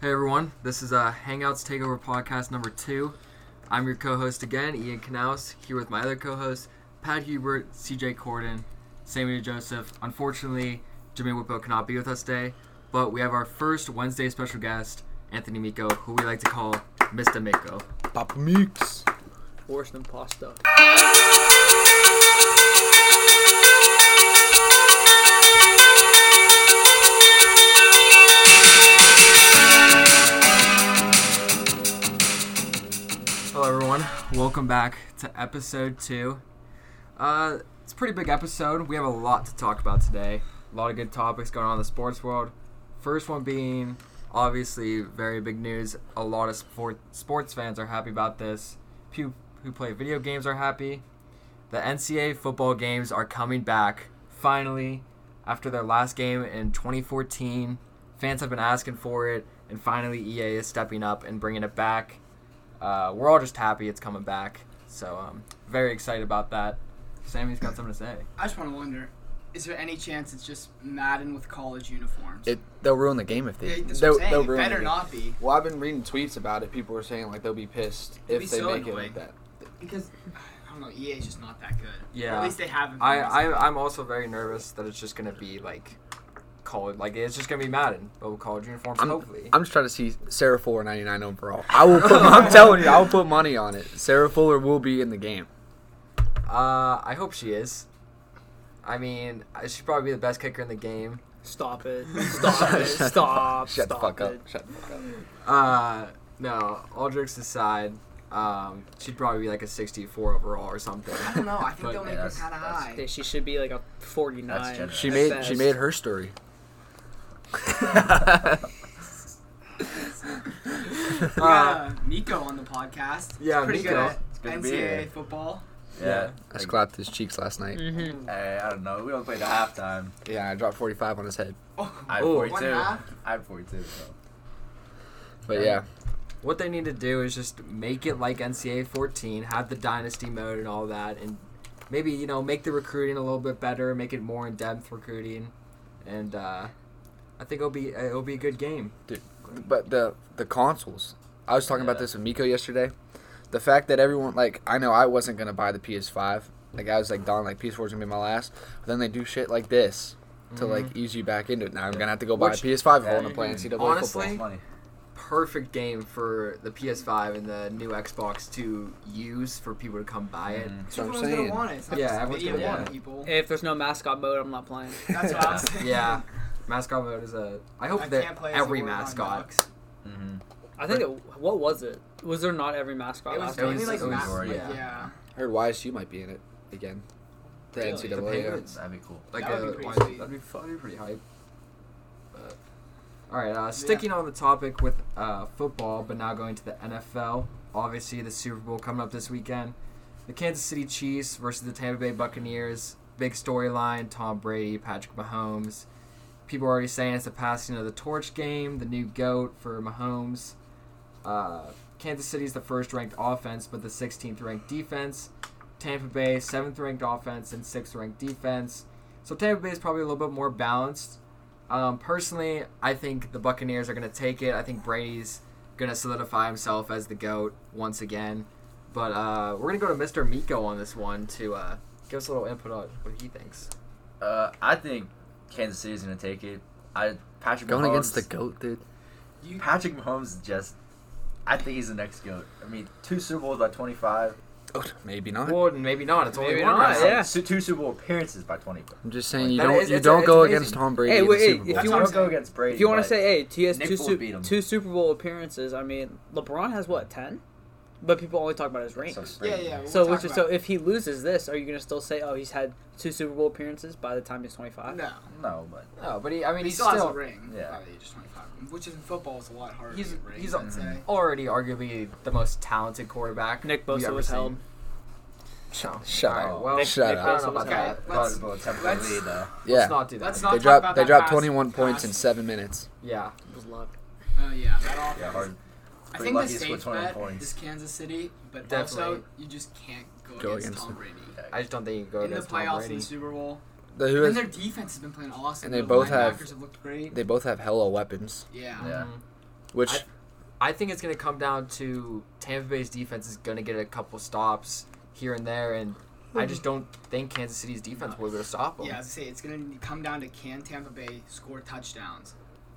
Hey everyone, this is uh, Hangouts Takeover podcast number two. I'm your co-host again, Ian Knaus, here with my other co-hosts, Pat Hubert, CJ Corden, Samuel Joseph. Unfortunately, Jimmy Whippo cannot be with us today, but we have our first Wednesday special guest, Anthony Miko, who we like to call Mr. Miko. Pop Mix. Worse than pasta. Hello everyone, welcome back to episode two. Uh, it's a pretty big episode. We have a lot to talk about today. A lot of good topics going on in the sports world. First one being obviously very big news. A lot of sport, sports fans are happy about this. People who play video games are happy. The NCAA football games are coming back finally after their last game in 2014. Fans have been asking for it, and finally EA is stepping up and bringing it back. Uh, we're all just happy it's coming back, so um, very excited about that. Sammy's got something to say. I just want to wonder, is there any chance it's just Madden with college uniforms? It, they'll ruin the game if they. Yeah, that's they'll, what I'm they'll saying. It ruin the better game. not be Well, I've been reading tweets about it. People were saying like they'll be pissed if be they so make annoying. it like that. because I don't know. EA is just not that good. Yeah. Or at least they haven't. been I, recently. I I'm also very nervous that it's just gonna be like college, like it's just gonna be Madden, but with college uniforms. I'm, hopefully, I'm just trying to see Sarah Fuller 99 overall. I will. Put, I'm telling you, I'll put money on it. Sarah Fuller will be in the game. uh, I hope she is. I mean, I- she'd probably be the best kicker in the game. Stop it. Stop it. Stop. Shut the Stop fuck it. up. Shut the fuck up. Uh, no, all jokes aside, um, she'd probably be like a 64 overall or something. I don't know. I think But- they'll make Yeah, her that's- kind of that's- high. Yeah, she should be like a 49. She at made. best. She made her story. We got uh, Nico on the podcast. yeah, He's pretty Nico. good at It's good to be NCAA here. football. Yeah. I slapped his cheeks last night. Mm. Mhm. Hey, Eh, I don't know. We don't play the halftime. Yeah, I dropped 45 on his head. Oh, I had Ooh. 42. One half? I had 42. So. But Yeah. yeah, What they need to do is just make it like NCAA 14, have the dynasty mode and all that, and maybe you know make the recruiting a little bit better, make it more in depth recruiting, and uh, I think it'll be it'll be a good game. but the the consoles. I was talking about Yeah. this with Miko yesterday. The fact that everyone like I know I wasn't gonna buy the PS5. Like I was like Don, like PS4 is gonna be my last. But then they do shit like this to like ease you back into it. Now I'm gonna have to go buy Which- a PS5 if I Yeah. want to play NCAA Honestly, football. It's money. Perfect game for the PS5 and the new Xbox to use for people to come buy it. Mm. That's what I'm everyone's saying. gonna want it. It's not Yeah, just everyone's video gonna game want it. people. If there's no mascot mode, I'm not playing. That's what I'm saying. Yeah, mascot mode is a. I hope I can't that play as every the Oregon mascot. Ducks. Mm-hmm. I think. It, what was it? Was there not every mascot? It was last It time? mainly was- like it was ma- Oregon. yeah. I heard YSU might be in it again. The Really? The NCAA. yeah. Penguins? That'd be cool. Like That a, would be why- pretty sweet. that'd be that'd be pretty hype. But, all right, uh, sticking on the topic with uh, football, but now going to the NFL. Obviously, the Super Bowl coming up this weekend. The Kansas City Chiefs versus the Tampa Bay Buccaneers. Big storyline: Tom Brady, Patrick Mahomes. People are already saying it's the passing of the torch game, the new goat for Mahomes. Uh, Kansas City's the first ranked offense, but the 16th ranked defense. Tampa Bay, seventh ranked offense and sixth ranked defense. So Tampa Bay is probably a little bit more balanced. Um, personally, I think the Buccaneers are going to take it. I think Brady's going to solidify himself as the GOAT once again. But uh, we're going to go to Mr. Miko on this one to uh, give us a little input on what he thinks. Uh, I think Kansas City's gonna take it. I Patrick Going Mahomes, against the goat, dude. Patrick Mahomes is just. I think he's the next goat. I mean, two Super Bowls by 25. Oh, maybe Uh, not. Well, maybe not. It's only Maybe one. not, round. yeah. Su- Two Super Bowl appearances by 25. I'm just saying you That don't is- you it's- don't it's go amazing. against Tom Brady Hey, in wait, the hey, Super Bowl. That's you not wanna- go against Brady, If you want but to say, hey, he has Nick two, Foles su- beat him. two Super Bowl appearances. I mean, LeBron has what ten, but people only talk about his rings. so So, it's Yeah, Brady. yeah. we'll talk which is, about so it. if he loses this, are you gonna still say, oh, he's had two Super Bowl appearances by the time he's twenty five? no, No, but No, but he, I mean, he he's still has a still ring. Yeah. Probably just 25, which in football is a lot harder. He's- to get rings, he's- I'd Mm-hmm. say. already arguably the most talented quarterback. Nick we've Bosa ever was seen. held. So, Shut all right, up. well, Nick- Shut Nick I don't up. Bosa know was about Okay, that. let's, Probably about temporary let's, lead, though. Yeah. Let's not do that. let's They not talk dropped about they that dropped pass- 21 points in pass. 7 minutes. yeah. It was luck. Oh yeah, that Yeah, offense. hard. I Pretty think the lucky to score safe 20 bet points. is Kansas City, but also Definitely. you just can't go, Go against, against Tom them. Brady. I just don't think you can go in the against Tom playoffs, in Brady. the Super Bowl, The who and then is, their defense has been playing awesome. And they Their both have- linebackers have looked great. they both have hella weapons. yeah. Yeah. Mhm. Which I think it's going to come down to Tampa Bay's defense is going to get a couple stops here and there, and I just don't think Kansas City's defense will be able to stop them. Yeah, as I say, it's going to come down to can Tampa Bay score touchdowns,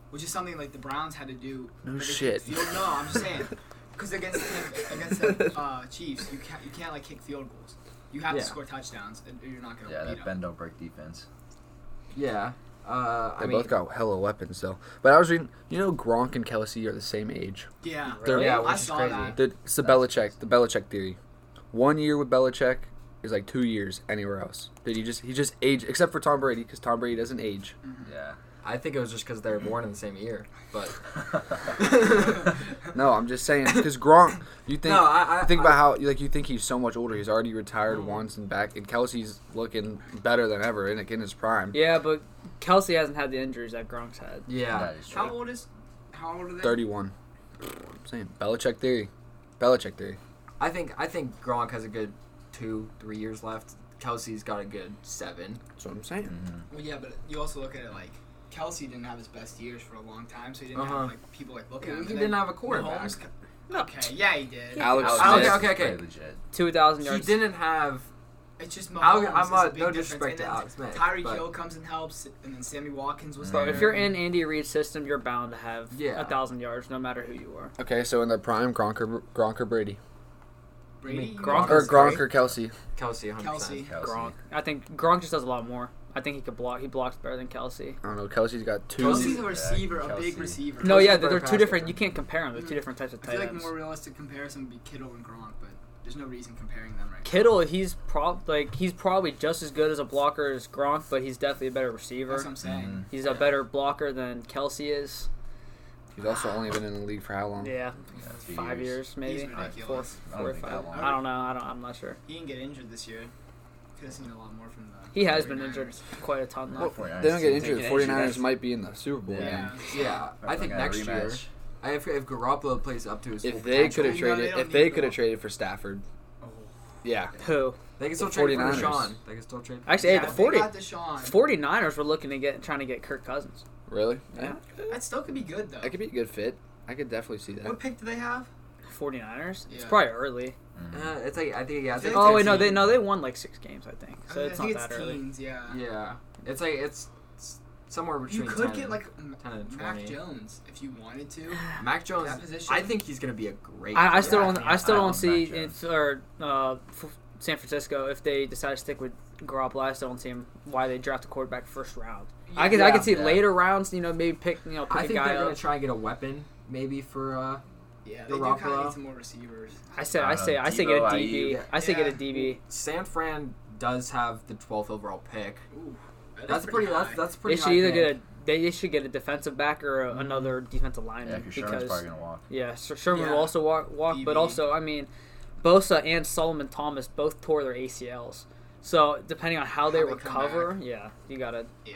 which is something like the Browns had to do. No against shit. Field, no, I'm just saying, because against Tampa- against the uh, Chiefs, you can't you can't like kick field goals. You have Yeah. to score touchdowns, and you're not going to Yeah, beat that 'em. bend don't break defense. Yeah. Uh, they I mean, both got hella weapons though. But I was reading, you know, Gronk and Kelsey are the same age. Yeah, They're- Yeah, I which is saw crazy. that. The, it's the Belichick, the Belichick theory. One year with Belichick is like two years anywhere else. Did he just he just age except for Tom Brady because Tom Brady doesn't age. Yeah. I think it was just because they were born in the same year. But No, I'm just saying because Gronk, you think no, I, Mm. I think about how like you think he's so much older. He's already retired once and back, and Kelsey's looking better than ever in in his prime. Yeah, but Kelsey hasn't had the injuries that Gronk's had. yeah, That is true. How old is? How old are they? Thirty-one. I'm saying Belichick theory, Belichick theory. I think I think Gronk has a good two, three years left. Kelsey's got a good seven. That's what I'm saying. Mm-hmm. Well, yeah, but you also look at it like Kelsey didn't have his best years for a long time, so he didn't Uh-huh. have like people like looking at him. He And didn't then have a quarterback. Mahomes co- Okay, yeah, he did. Alex Smith. Alex Smith okay, is okay. pretty legit. Two thousand He yards. didn't have. It's just I'll- Mahomes. I'm is not- a big no difference. disrespect And to then Alex Smith, Tyreek but- Hill comes and helps, and then Sammy Watkins was Bro, there. If you're in Andy Reid's system, you're bound to have Yeah. a thousand yards, no matter who you are. Okay, so in the prime, Gronk or, Gronk or Brady Brady, you Gronk know, or Gronk's Gronk great. or Kelsey. Kelsey, 100%. Kelsey. Kelsey. Gronk. I think Gronk just does a lot more. I think he could block. He blocks better than Kelsey. I don't know. Kelsey's got two. Kelsey's a Yeah, receiver, a big Kelsey. receiver. No, Kelsey's yeah, better they're, they're pass two different. catcher. You can't compare them. They're two different types of Mm. I feel tight like ends. more realistic comparison would be Kittle and Gronk, but there's no reason comparing them right Kittle, he's prob like he's probably just as good as a blocker as Gronk, but he's definitely a better now. That's what receiver. I'm saying. Mhm. He's a better blocker than Kelsey is. He's also only been in the league for how long? Yeah, Yeah, two five years He's maybe. Four, ridiculous. I don't four or think that five. long. I don't know. I don't. I'm not sure. He didn't get injured this year. Could have seen a lot more from the. He has been 49ers. injured quite a ton. Well, Though. 49ers They don't get team. injured. The They get 49ers injured, that's- might be in the Super Bowl. Yeah. again. Yeah, I think Probably next not a year, rematch. I- if if Garoppolo plays up to his full If they potential, could have You know, they traded, don't if need they to could have go. traded for Stafford, Oh. yeah, Who? they can still the trade for 49ers. Deshaun. They can still trade. For Actually, hey, Yeah, the if 40, They got Deshaun. 49ers were looking to get trying to get Kirk Cousins. really, Yeah. That still could be good though. that could be a good fit. I could definitely see that. What pick do they have? 49ers? It's Yeah. probably early. Mm-hmm. uh, it's like I think yeah. I think Oh it's wait, no, like- they no, they won like six games, I think. So I, mean, it's I not think that it's early. teens. Yeah. Yeah, it's like it's, it's somewhere You between. could 10 get like ten and Mac 20. Jones if you wanted to. Mac Jones. that position. I think he's gonna be a great. I, I still quarterback. don't. I still I don't love see Mac Jones. if, or uh, f- San Francisco if they decide to stick with Garoppolo. I still don't see him why they draft a quarterback first round. I could I could see Yeah. later rounds. You know, maybe pick you know pick I a think guy they're gonna up. try and get a weapon maybe for. uh Yeah, they do kind Garoppolo. of need some more receivers. I say I I don't say know, I say get a Debo, DB. IU. I say get a Yeah. DB. San Fran does have the 12th overall pick. Ooh, that That's is pretty. That's high. that's They pretty. should either get a they, they should get a defensive back or a, another defensive Mm-hmm. Yeah, lineman because Sherman's because probably gonna walk. yeah, Sher- Sherman will Yeah. also walk, walk but DB. also I mean, Bosa and Solomon Thomas both tore their ACLs. So depending on how, they, they come recover, yeah, you gotta yeah.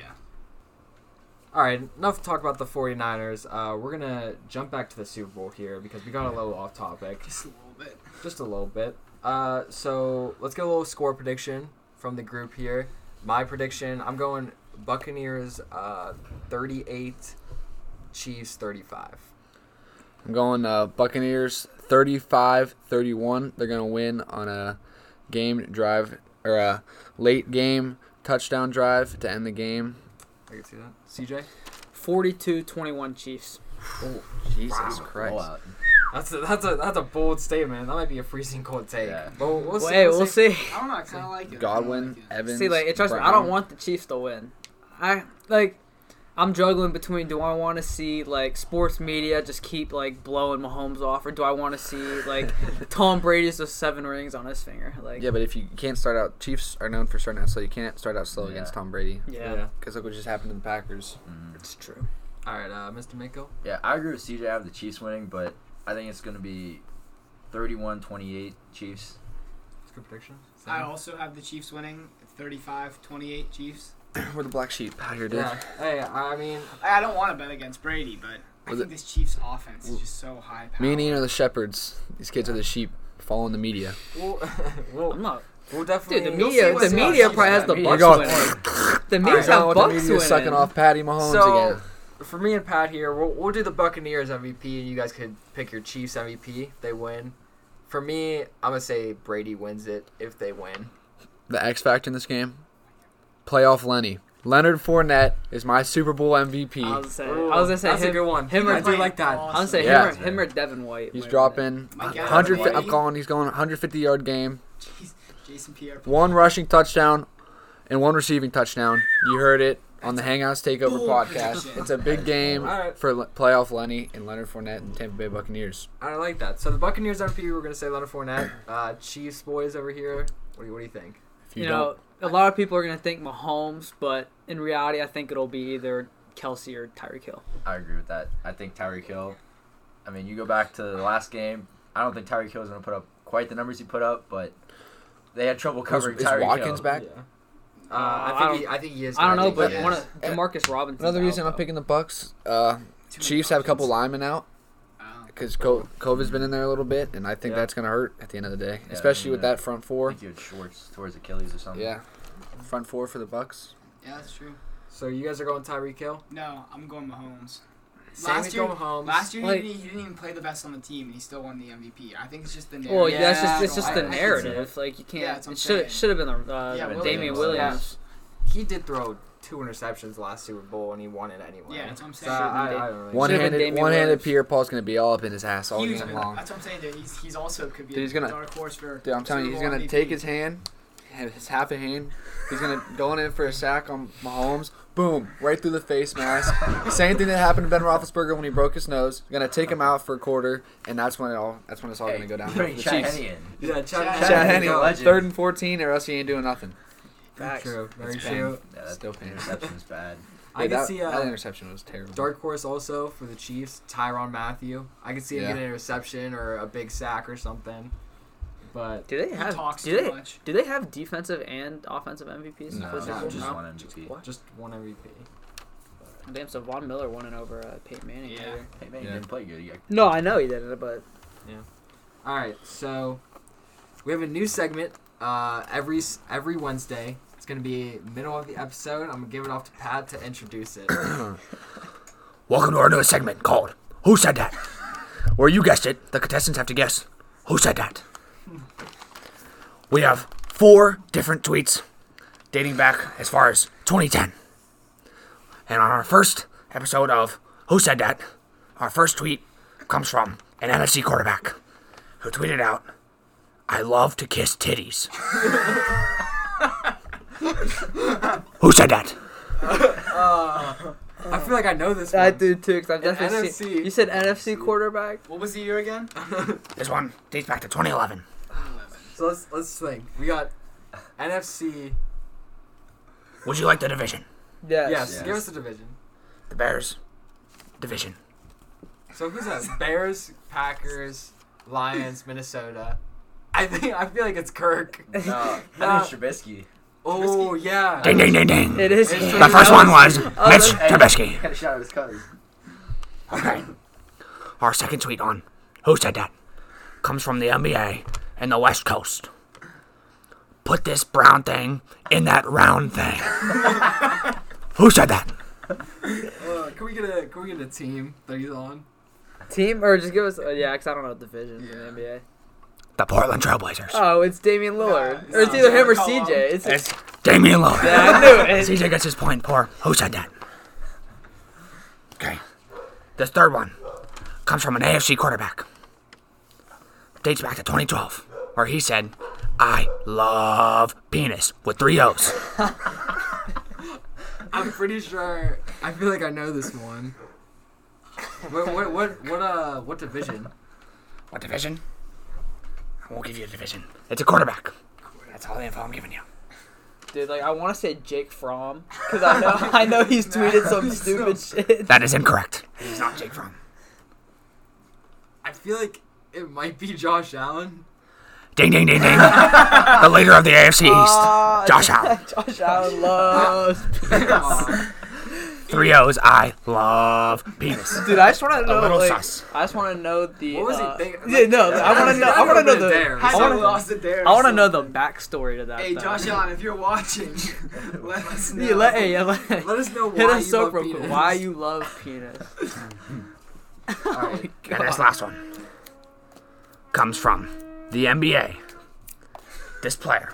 All right, enough talk about the 49ers. Uh, we're gonna jump back to the Super Bowl here because we got a little off topic, Just a little bit. just a little bit. Uh, so let's get a little score prediction from the group here. My prediction: I'm going Buccaneers uh, 38, Chiefs 35. I'm going uh, Buccaneers 35-31. They're gonna win on a game drive or a late game touchdown drive to end the game. I can see that. CJ, 42-21 Chiefs. Jesus Wow. Christ! Blowout. that's a, that's a that's a bold statement. That might be a freezing cold take. Yeah. But we'll, we'll Well, see. hey, we'll we'll see. see. I don't know. I kind of like it. Godwin, I Evans. See, like, it, trust me, I Brown. don't want the Chiefs to win. I like, I'm juggling between do I want to see like sports media just keep like blowing Mahomes off, or do I want to see like Tom Brady's just seven rings on his finger? Like, Yeah, but if you can't start out, Chiefs are known for starting out slow. You can't start out slow Yeah. against Tom Brady yeah, Yeah. because look what just happened to the Packers. it's true. All right, uh, Mr. Mako. Yeah, I agree with CJ. I have the Chiefs winning, but I think it's gonna be 31-28 Chiefs. That's a good prediction. Sam? I also have the Chiefs winning 35-28 Chiefs. We're the black sheep out here, dude. Yeah. Hey, I mean, I I don't want to bet against Brady, but I Was think it- this Chiefs offense is just so high powered. Me and Ian are the shepherds. These kids are the sheep following the media. we'll we'll, I'm not. we'll Dude, definitely. the you'll media, see the what's up. media probably has the Media. Bucks You're winning. The media You're going have with the Bucks media winning. sucking off Patty Mahomes So- again. for me and Pat here, we'll, we'll do the Buccaneers MVP, and you guys could pick your Chiefs MVP. if They win. For me, I'm gonna say Brady wins it if they win. The X factor in this game, playoff Lenny. Leonard Fournette is my Super Bowl MVP. I was gonna say, I was gonna say that's him, a good one. him or I do like that. I was gonna say Yeah. him, or, him or Devin White. He's might win dropping My God, 100. Lenny. I'm calling. He's going 150 yard game. Jeez, Jason Pierre. One rushing touchdown, and one receiving touchdown. You heard it on the Hangouts Takeover Bull podcast. prediction. It's a big game All right. for Le- playoff Lenny and Leonard Fournette and Tampa Bay Buccaneers. I like that. So the Buccaneers MVP, we're gonna say Leonard Fournette. Uh, Chiefs boys over here. What do you, what do you think? If it. You, know, a lot of people are gonna think Mahomes, but in reality, I think it'll be either Kelsey or Tyreek Hill. I agree with that. I think Tyreek Hill. I mean, you go back to the last game. I don't think Tyreek Hill is going to put up quite the numbers he put up, but they had trouble don't, covering is, is Tyreek Hill. Watkins back? Yeah. Uh, I I think don't- he, I think he is. I don't know, think but he yeah. is. one of Demarcus Robinson. Another reason I'm picking the Bucks. Uh, Two Oh, Chiefs have a couple options. linemen out Wow. because COVID's been in there a little bit, and I think Yeah. that's going to hurt at the end of the day, Yeah, especially with yeah. that front I four. think he had Schwartz towards Achilles or something. Yeah, front four for the Bucks. Yeah, that's true. So you guys are going Tyreek Hill. No, I'm going Mahomes. Sammy's year- going home. Last year, Like- he, didn't, he didn't even play the best on the team, and he still won the MVP. I think it's just the narrative. Well, yeah, that's Yeah, just it's just I- the I can see narrative. Like you Yeah, can't. that's what I'm it should saying. should have been the uh, Yeah, Williams. Damian Yeah. Williams. he did throw two interceptions last Super Bowl, and he won it anyway. Yeah, that's what I'm So saying. I, I don't really One Should've been handed, Damian one handed Williams. Pierre Paul's going to be all up in his ass all He was, game long. that's what I'm saying, dude. He's, he's also could be Dude, a he's gonna- dark horse for. Dude, I'm telling you, he's Super Bowl gonna MVP. take his hand, have his half a hand. He's gonna go in for a sack on Mahomes. Boom, right through the face mask. Same thing that happened to Ben Roethlisberger when he broke his nose. Gonna take him out for a quarter, and that's when it all. That's when it's all gonna go down. Bring The Chad Chiefs. Henne in. Yeah, Chad, Chad Chad Henne, Henne, legend. third and fourteen, or else he ain't doing nothing. Very true. Very It's true. Yeah, that Still pain. interception is bad. I Yeah, can that, see uh, that interception was terrible. dark horse also for the Chiefs, Tyron Matthew. I can see him Yeah. getting an interception or a big sack or something. But Do they He have? talks do too they? much. Do they have defensive and offensive MVPs? No, for the Super Bowl? just No? one MVP. What? just one MVP. Damn, so Von Miller won it over uh, Peyton Manning. Yeah. right? Hey, man, Yeah. he didn't play good. He got- No, I know he did it, but All right, so we have a new segment uh, every s- every Wednesday. It's gonna be middle of the episode. I'm gonna give it off to Pat to introduce it. Welcome to our new segment called "Who Said That," where you guessed it, the contestants have to guess who said that. We have four different tweets dating back as far as 2010. And on our first episode of Who Said That, our first tweet comes from an NFC quarterback who tweeted out, I love to kiss titties. who said that? I feel like I know this. One. I do too. Cause I've And definitely NFC. seen. You said NFC quarterback. What was the year again? This one dates back to 2011. So let's let's think. We got NFC. Would you like the division? Yes. Yes, Yes. give us a division. The Bears division. So who's that? Bears, Packers, Lions, Minnesota. I think I feel like it's Kirk. No, Nah. I think Trubisky. Oh yeah. Ding ding ding ding. It is. It is The first one was Oh, Mitch Hey, Trubisky. Kind of shot out his colors. Okay. Our second tweet on Who Said That comes from the NBA and the West Coast. Put this brown thing in that round thing. Who said that? Uh, can we get a can we get a team that he's on? Team or just give us. Uh, yeah, because I don't know division Yeah. in the NBA. The Portland Trailblazers. Oh, it's Damian Lillard. Nah, or it's nah, either him or Jared CJ. Cullen. It's, It's Damian Lillard. yeah, I knew it. CJ gets his point for Who Said That. Okay. This third one comes from an AFC quarterback. Dates back to 2012, where he said, I love penis with three O's. I'm pretty sure. I feel like I know this one. What what what what uh what division? What division? I won't give you a division. It's a quarterback. That's all the info I'm giving you. Dude, like I want to say Jake Fromm because I know I know he's tweeted some stupid shit. That is incorrect. He's not Jake Fromm. I feel like it might be Josh Allen. Ding, ding, ding, ding. the leader of the AFC East. Ah, Josh Allen. Josh Allen loves. Aw. Three O's. I love penis. Dude, I just want to A know. little Like, sus. I just want to know the. What was he uh, thinking? Yeah, no, I want to know. I want to know the. There. Has I wanna- I lost it there? I want to so- know the backstory to that. Hey, though. Josh Allen, if you're watching, let us know. Yeah, let, hey, yeah, let, Let us know why hit us you up love real penis. quick. Why you love penis? All right. And this last one comes from the NBA. This player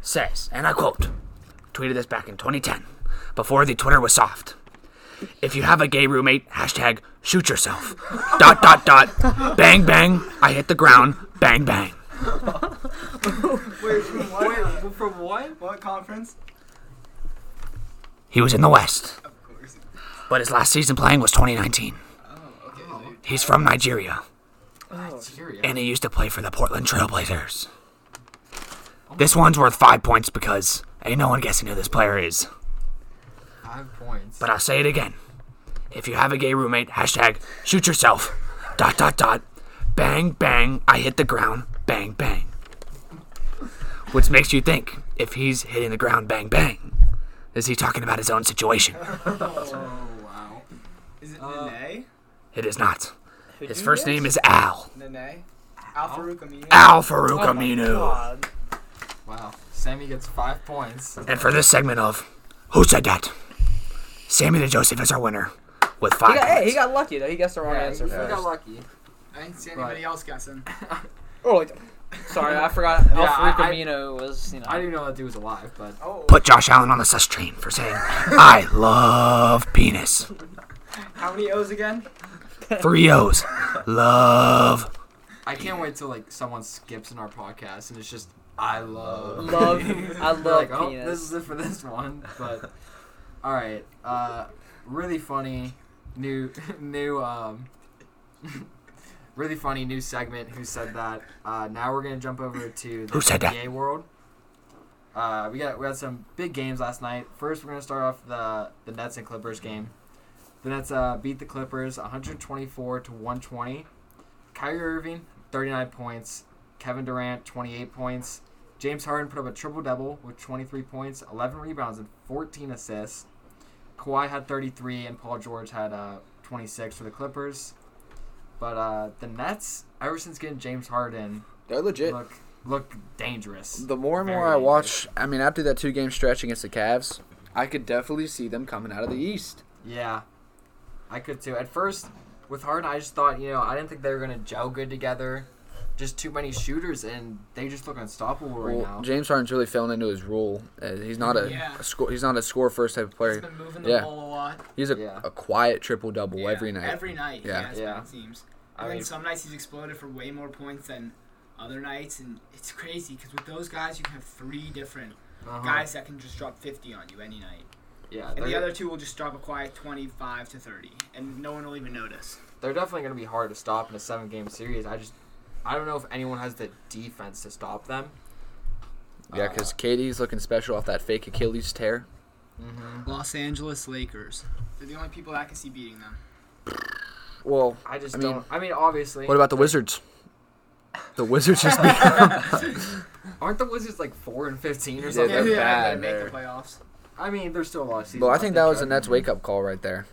says, and I quote, tweeted this back in 2010, before the Twitter was soft. If you have a gay roommate, hashtag shoot yourself. dot dot dot. Bang bang. I hit the ground. Bang bang. Wait, from what, uh, Wait, from what? what conference? He was in the West, Of course. but his last season playing was 2019. Oh, okay. so- He's from Nigeria, Nigeria. and he used to play for the Portland Trailblazers. This one's worth five points because ain't no one guessing who this player is. Five points. But I'll say it again. If you have a gay roommate, hashtag shoot yourself. Dot dot dot. Bang bang. I hit the ground. Bang bang. Which makes you think if he's hitting the ground bang bang, is he talking about his own situation? Oh, wow. Is it Uh, Nene? It is not. His first name is Al. Nene? Al Uh, Farouk Aminu? Al Farouk Oh my Aminu. God. Wow. Sammy gets five points. And for this segment of Who Said That? Sammy the Joseph is our winner with He five got, hey, he points. got lucky though. He guessed the wrong Yeah, answer we got first. lucky. I didn't see Right. anybody else guessing. Oh, like, sorry, I forgot. Yeah, Al Farouk I- I- Amino was, you know. I didn't even know that dude was alive, but Oh, Put Josh Allen on the sus train for saying, I love penis. how many O's again? Three O's. Love. I can't wait till like someone skips in our podcast and it's just I love Love- I love like, oh, penis. this is it for this one. But all right, uh, really funny new new um, really funny new segment. Who said that? Uh, now we're gonna jump over to the Who said that? NBA world. Uh, we got we had some big games last night. First, we're gonna start off the the Nets and Clippers game. The Nets uh, beat the Clippers 124 to 120. Kyrie Irving 39 points. Kevin Durant 28 points. James Harden put up a triple double with 23 points, 11 rebounds, and 14 assists. Kawhi had 33, and Paul George had uh, 26 for the Clippers. But uh, the Nets, ever since getting James Harden, They're legit. look look dangerous. The more and more Very I watch, I mean, after that two game stretch against the Cavs, I could definitely see them coming out of the East. Yeah, I could too. At first, with Harden, I just thought you know I didn't think they were gonna gel good together. Just too many shooters, and they just look unstoppable right now. Well, James Harden's really fallen into his role. Uh, he's not a, Yeah. a score. He's not a score first type of It's player. been moving the Yeah. ball a lot. He's a, Yeah. a quiet triple double every Yeah, night. Every night. Yeah. Yeah. Yeah. yeah. It seems. I And then mean- some nights he's exploded for way more points than other nights, and it's crazy because with those guys you can have three different Uh-huh. guys that can just drop 50 on you any night, yeah, and they're- the other two will just drop a quiet 25 to 30, and no one will even notice. they're definitely going to be hard to stop in a seven game series. I just I don't know if anyone has the defense to stop them. yeah, because Katie's looking special off that fake Achilles tear. Mm-hmm. Los Angeles Lakers. They're the only people that I can see beating them. Well, I just I mean- don't. I mean, obviously, what about the Wizards? The Wizards just beat. aren't the Wizards like four and fifteen or Yeah, something? they're yeah, bad, they make they're- the playoffs. I mean, there's still a lot of season. Well, I left think in that was the Jordan. Nets wake up call right there.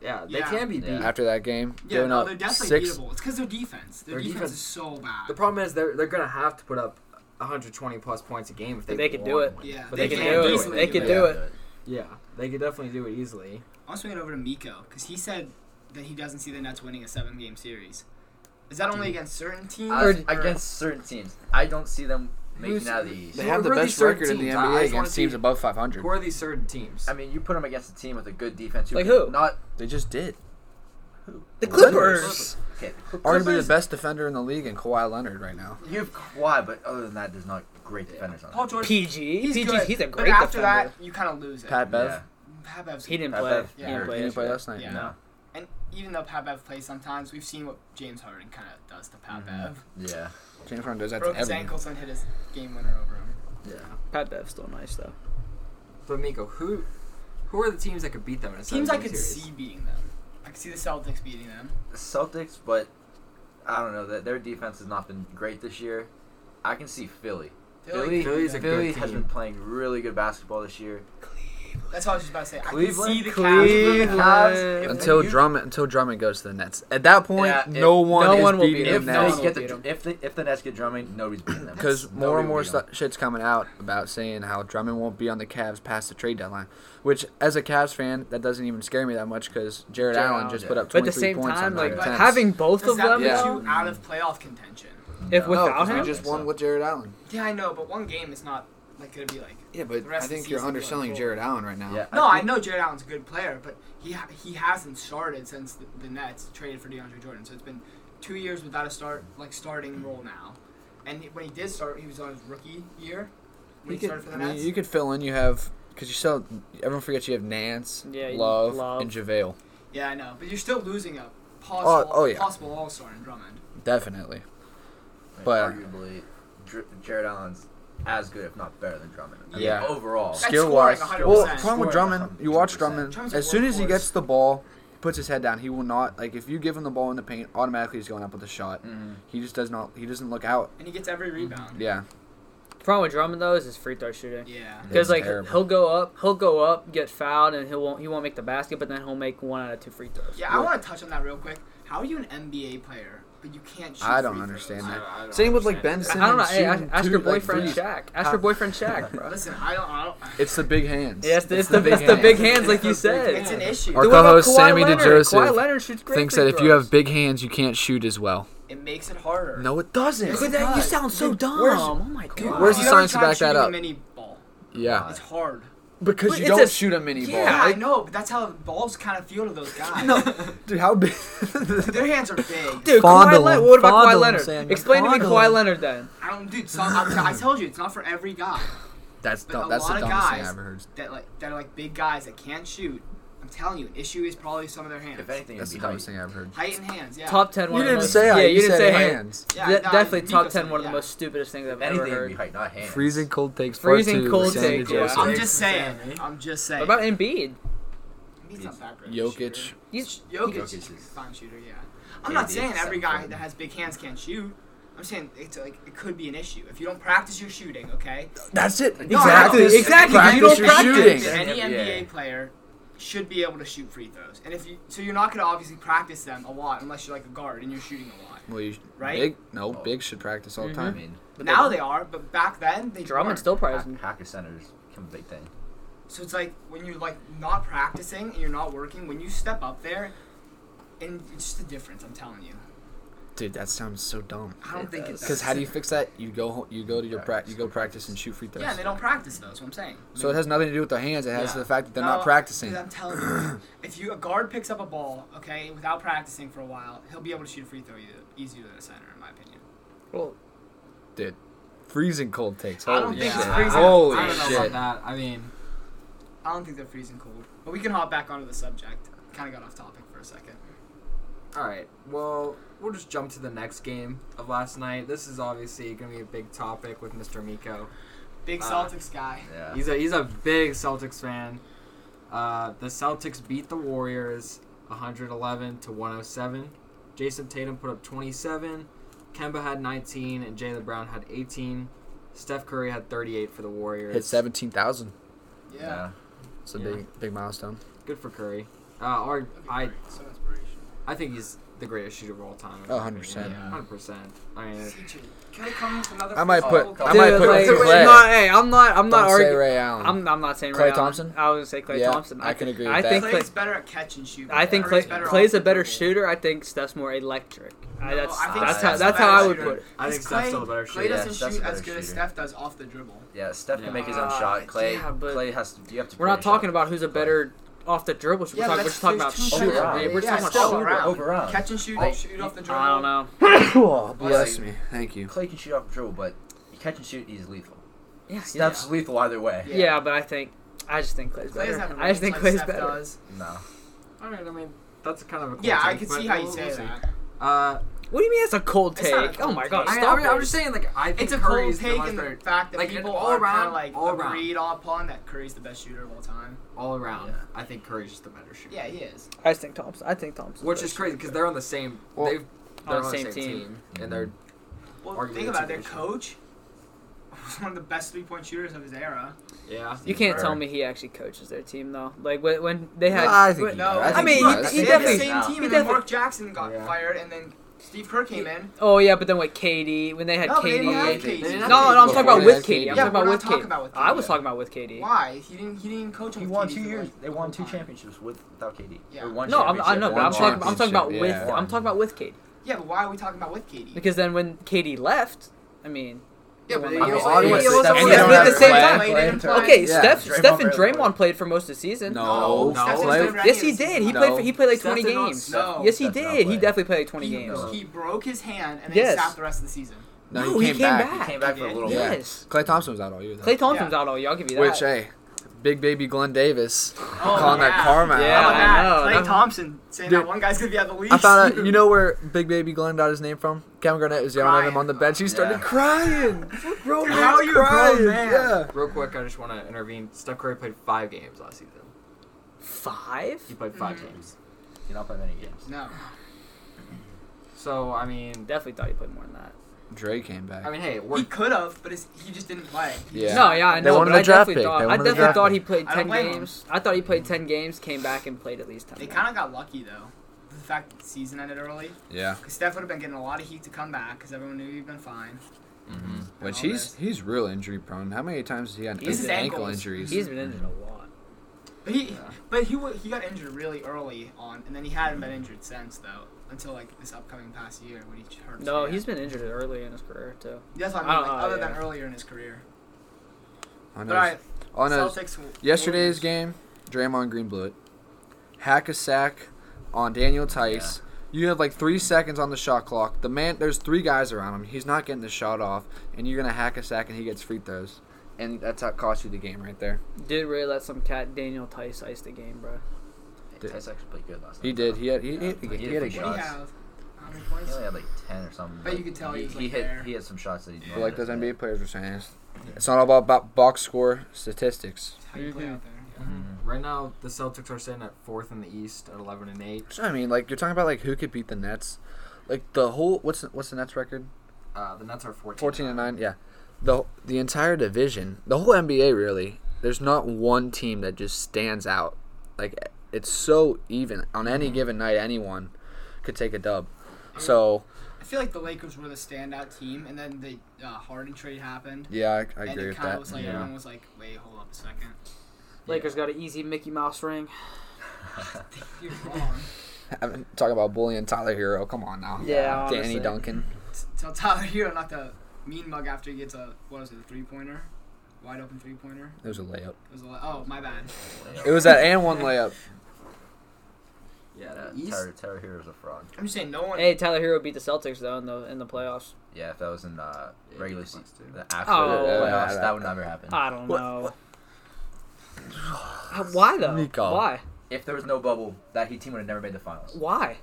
Yeah, they Yeah. can be beat. Yeah. After that game, Yeah, giving no, up they're definitely six. beatable. It's because their defense. Their, Their defense, defense- is so bad. The problem is they're they're going to have to put up 120 plus points a game if they They could do want it. one. yeah, But they, they can can't do do it. it. They They can can do do it. Yeah, they could definitely do it easily. I'll swing it over to Miko because he said that he doesn't see the Nets winning a seven-game series. Is that only against certain teams? I- Or- against certain teams. I don't see them making Who's- it out of the East. They have the Who are these best record in certain the teams? I- I NBA just wanna against teams see- above 500. Who are these certain teams? I mean, you put them against a team with a good defense. Like can who? Not They just did. The Clippers. okay. Arguably the best defender in the league in Kawhi Leonard right now. You have Kawhi, but other than that, there's not great defenders on Paul it. George. PG. he's PG. good, He's a but great after defender. that, you kind of lose it. Pat Bev. Yeah. Pat Bev's He didn't Pat play. Bev, He didn't yeah. play. He didn't this play year. last night. Yeah. No. and even though Pat Bev plays sometimes, we've seen what James Harden kind of does to Pat Bev. Yeah. James Harden does that Broke to his everyone. ankles and hit his game winner over him. yeah. Pat Bev's still nice though. But Miko, who who are the teams that could beat them in a seven Teams I could series? see beating them. I could see the Celtics beating them. The Celtics, but I don't know. That their defense has not been great this year. I can see Philly. Philly, Philly's a Philly good has team. been playing really good basketball this year. That's what I was just about to say. I Cleveland? can see the Cleveland. Cavs. Cavs. If Until you- Drummond, until Drummond goes to the Nets. At that point, Yeah, if- no one no is one will beating beat the him. If, No they one Nets will get beat the, 'em. if, the, if the Nets get drumming, nobody's beating them. because more Nobody and will more beat 'em. stu- shit's coming out about saying how Drummond won't be on the Cavs past the trade deadline. Which, as a Cavs fan, that doesn't even scare me that much because Jared, Jared Allen, Allen, just yeah. put up But at 23 the same points time, on like nine attempts. having both Does of that them, put Yeah. you out of playoff contention? if No. no, without Oh, 'cause we him, just So- won with Jared Allen. Yeah, I know, but one game is not like gonna be like. Yeah, The but rest I of the think you're season going underselling forward. Jared Allen right now. Yeah, No, I think- know Jared Allen's a good player, but he ha- he hasn't started since the, the Nets traded for DeAndre Jordan. So it's been two years without a start like starting role now. And when he did start, he was on his rookie year when You he, could, started for the I mean, Nets. you could fill in. You have because you still everyone forgets you have Nance, Yeah, you- Love, Love. and Javale. yeah, I know, but you're still losing a possible oh, yeah. possible All Star in Drummond. Definitely. like, but- arguably, Dr- Jared Allen's as good, if not better, than Drummond. I mean, Yeah. overall. That's Skill scoring wise, 100%. well, problem with Scoring Drummond, you watch Drummond. 100%. As soon as he Workhorse. gets the ball, puts his head down, he will not like. If you give him the ball in the paint, automatically he's going up with a shot. Mhm. He just does not. He doesn't look out. And he gets every Mm-hmm. rebound. Yeah, problem with Drummond though is his free throw shooting. Yeah. It's Because like terrible. he'll go up, he'll go up, get fouled, and he won't he won't make the basket, but then he'll make one out of two free throws. Yeah, I want to touch on that real quick. How are you an NBA player, but you can't shoot I don't free throws? understand I- that. I don't Same with like understand Benson. I don't know. Hey, shooting ask, ask two, your like, boyfriend threes. Shaq. Ask How- your boyfriend Shaq, bro. Listen, I don't. I don't It's the big hands. Yes, it's, the, it's the big hands, like you said. it's an issue. Our Then what about co-host Kawhi Sammy Leonard? DeJoseph Kawhi Leonard shoots great Thinks free that if you have throws. big hands, you can't shoot as well. it makes it harder. No, it doesn't. Yes, Look at it that, you does. sound so Dude, dumb. where's- oh my god. Dude, where's You the ever science to tried back that shooting a up? mini ball? Yeah, It's hard. because But you it's don't a- shoot a mini Yeah, ball. I know, but that's how balls kind of feel to those guys. Dude, how big? Their hands are big. Dude, Fondle Kawhi Leonard. him, What about fondle Kawhi him, Leonard? Samuel, Explain to me fondle Kawhi him. Leonard then. I don't, dude. Some, I, I told you, it's not for every guy. that's But dumb. a That's the lot of dumbest thing guys- I ever heard. That like that are like big guys that can't shoot. I'm telling you, an issue is probably some of their hands. If anything, That's it'd the be dumbest height. thing I ever heard. Height and hands. Yeah. Top ten. You one of the didn't most- say yeah, height, you you didn't said say hands. Yeah, De- no, definitely Nico top said ten. it, One of yeah. the most stupidest things I've If anything, ever it'd be heard. height, not hands. Freezing cold takes. Freezing part two cold with Sammy take, Joseph. yeah. I'm just saying. I'm just saying. What about Embiid? He's not that great. of a Jokic. shooter. He's Jokic, Jokic is a is- fine shooter. Yeah. I'm KD not is saying every seven guy foot. that has big hands can't shoot. I'm saying it's like it could be an issue if you don't practice your shooting. Okay. That's it. No, I know. Exactly. Exactly, Practice you don't your practice. shooting. That Any Yeah. NBA player should be able to shoot free throws, and if you so you're not going to obviously practice them a lot unless you're like a guard and you're shooting a lot. Well, you, Um, Right? Big? No, Oh. big should practice all the I time. Mm-hmm. mean, now they are, but back then they Drummond weren't. still hack, pricing. hack of centers become a big thing. So it's like when you're like not practicing and you're not working, when you step up there, and it's just a difference. I'm telling you. Dude, that sounds so dumb. I don't think it's Because how do you fix that? You go home, you go to your Yeah, practice, you go still practice and shoot free throws. Yeah, and they don't practice though. That's what I'm saying. so it has nothing to do with their hands. It has Yeah. the fact that they're No, not practicing. dude, I'm telling you, if you a guard picks up a ball, okay, without practicing for a while, he'll be able to shoot a free throw either- easier than a center, in my opinion. Well, Dude, freezing cold takes. I Holy don't think shit. it's freezing. Holy I I don't know shit. about that. I mean, I don't think they're freezing cold. But we can hop back onto the subject. Kind of got off topic for a second. all right. Well, we'll just jump to the next game of last night. This is obviously going to be a big topic with Mr. Miko. Big Uh, Celtics guy. Yeah. He's a he's a big Celtics fan. Uh, the Celtics beat the Warriors 111 to 107. Jason Tatum put up 27. Kemba had 19 and Jalen Brown had 18. Steph Curry had 38 for the Warriors. Hit 17,000. Yeah. yeah. It's a Yeah. big, big milestone. Good for Curry. Uh, or I So inspiration. I think he's the greatest shooter of all time. Oh, 100%. Yeah, 100%. I mean, Can I come with another? I might free put. throw? I might dude, put. like, Clay. I'm not, hey, I'm not. I'm not Don't say arguing. Ray Allen. I'm, I'm not saying Klay Ray Allen. Um, Thompson? I was gonna say Clay Yeah, Thompson. I can agree I with think that. Clay, Clay's better at catch and shoot. I think Clay, Curry's Curry's better Clay's off a the better dribble. shooter. I think Steph's more electric. I, No, that's I think that's how Steph's that's a how I better would shooter. put it. I think Because Steph's still a better Clay shooter. does- doesn't Steph's shoot a as better good as shooter. Steph does off the dribble. Yeah, Steph can Yeah. make his own Uh, shot. Clay, yeah, but- Clay has to. You have to. We're not talking about who's a better off the dribble. shooter. Yeah, We're talking, we're that's- just talking about there's two shooter. shots. We're Yeah, talking about still shooter. around. Overall, Catch and shoot. Oh, shoot off the dribble. I don't know. Oh, bless bless me. Thank you. Clay can shoot off the dribble, but catch and shoot he's lethal. Yeah, Steph's lethal either way. yeah. but I think I just think Clay's Clay doesn't have better. a I just think range like Clay's Steph better. does. No. All right, I mean, that's kind of a cool Yeah, I take, can but see how you we'll- say we'll see. that. Uh, What do you mean that's a cold It's take? not a cold oh my take. god, I mean, stop I mean, it. I'm just saying, like, I think It's a Curry's cold take the in most the better fact that like, people an all around, all-around- like all-around. agreed upon that Curry's the best shooter of all time. all around. Yeah. I think Curry's just the better shooter. Yeah, he is. I just think Thompson. I think Thompson. Which is crazy because they're on the same. Well- they've, they're On on the the same same, team, team. and they're Well, Arguably it's think about a it. Their good shooter. coach He's one of the best three point shooters of his era. Yeah. You Steve can't Kerr. tell me he actually coaches their team though. Like when, when they had I think when- he No, does. I I, think mean, he he- does. he They had definitely- the same team, he and then definitely- Mark Jackson got Yeah. fired, and then Steve Kerr came in. Oh yeah, but then with KD, when they had No, but they KD. didn't have They KD. didn't no, have no, I'm talking Before about they with had KD. KD. I'm Yeah, talking but about we're with not talking KD. about with I KD. was talking about with KD. Why? He didn't. He didn't coach him. He with won KD two for the years. whole They won two time. championships with without KD. Yeah. Or one No, I'm, I championship know, but with I'm one talking. I'm talking about championship, with. yeah. I'm talking about with KD Yeah, but why are we talking about with KD? because then when KD left, I mean, yeah, but I they mean, also- obviously, they also- Steph they Curry also- at the same they time. played in Clay. front- okay, Yeah, Steph, Draymond Steph, and barely played. Draymond played for most of the season. No, No, Steph No. didn't Clay- play Yes, any of the he did. He season. No. played. For, he played like Steph 20 did not games. suck. No. Yes, he Steph did not did. He play. definitely played like 20 games. He, he broke his hand and then Yes. sat the rest of the season. No, No, he came back. He came back for a little bit. Yes. Clay Thompson was out all year. Though. Clay Thompson's out all year. I'll give you that. Which, hey, big baby Glenn Davis Oh, calling that karma. out. Yeah, How about I that? know, Clay that- Thompson saying Dude. that one guy's gonna be out of the league. I found out. You know where Big Baby Glenn got his name from? Kevin Garnett was yelling at him Crying. on the bench. He started Yeah. crying. Bro, Dude, how man's are you a grown crying. man? Yeah. Real quick, I just want to intervene. Steph Curry played five games last season. Five? He played 5 Mm-hmm. Mhm. games. He not play many games. No. So I mean, Definitely thought he played more than that. Dre came back. I mean, hey, it He worked. could have, but it's, he just didn't play. yeah. No, yeah, I They know. wanted but a I draft definitely pick. thought, They I wanted a definitely draft thought pick. he played I don't 10 blame him. games. I thought he played 10 games, came back and played at least 10. They games. kind of got lucky though. The fact that the season ended early, Yeah. because Steph would have been getting a lot of heat to come back, because everyone knew he'd been fine. Mm-hmm. Which he's he's real injury prone. How many times has he had He's- his ankle ankles. injuries? He's been injured a lot. But he, but he wa- he got injured really early on, and then he hadn't been injured since though, until like this upcoming past year when he hurt. his No, hand. he's been injured early in his career, too. That's what I I mean. don't Like, know, other than yeah. earlier in his career. I But know. all right, all I know is Celtics. Warriors. yesterday's game, Draymond Green blew it. Hack a sack on Daniel Tice. You have like three seconds on the shot clock. The man, there's three guys around him. He's not getting the shot off, and you're gonna hack a sack, and he gets free throws, and that's how it cost you the game right there. Did really let some cat Daniel Tice ice the game, bro. Tice actually played good last night. He did. He had. He, he, he, He had a game. did. What do you shots. have? How many He points? only had like ten or something. But you could tell he was, like, hit. there. He had some shots that he. But like those NBA players were saying, it's- it's not all about, about box score statistics. How you play out Mm-hmm. there? Right now, the Celtics are sitting at fourth in the East at 11 and eight. So, I mean, like you're talking about like who could beat the Nets, like the whole what's what's the Nets record? Uh, the Nets are 14. 14 and 9 yeah the the entire division the whole nba really there's not one team that just stands out like it's so even on any given night anyone could take a dub so I feel like the Lakers were the standout team, and then the uh, Harden trade happened. yeah i, I and agree it with kind of that was like Yeah. everyone was like, "Wait, hold up a second. Lakers got an easy Mickey Mouse ring. You're wrong." I mean, talk about bullying tyler hero come on now Yeah, danny honestly. duncan T- Tell Tyler Hero not to mean mug after he gets a what was it, a three pointer, wide open three pointer. it was a layup It was a, oh my bad. it was that and one layup Yeah, Yeah, the East. Terror, Terror Hero's a fraud. I'm just saying, no one. Hey, Tyler Hero beat the Celtics, though, in the, in the playoffs. Yeah, if that was in uh, Yeah, regular he season, was too. the after Oh, the yeah, playoffs, yeah, yeah. that would never happen. Ah. I don't What- know. Uh, Why, though? Nico. Why? If there was no bubble, that Heat team would have never made the finals. What Why?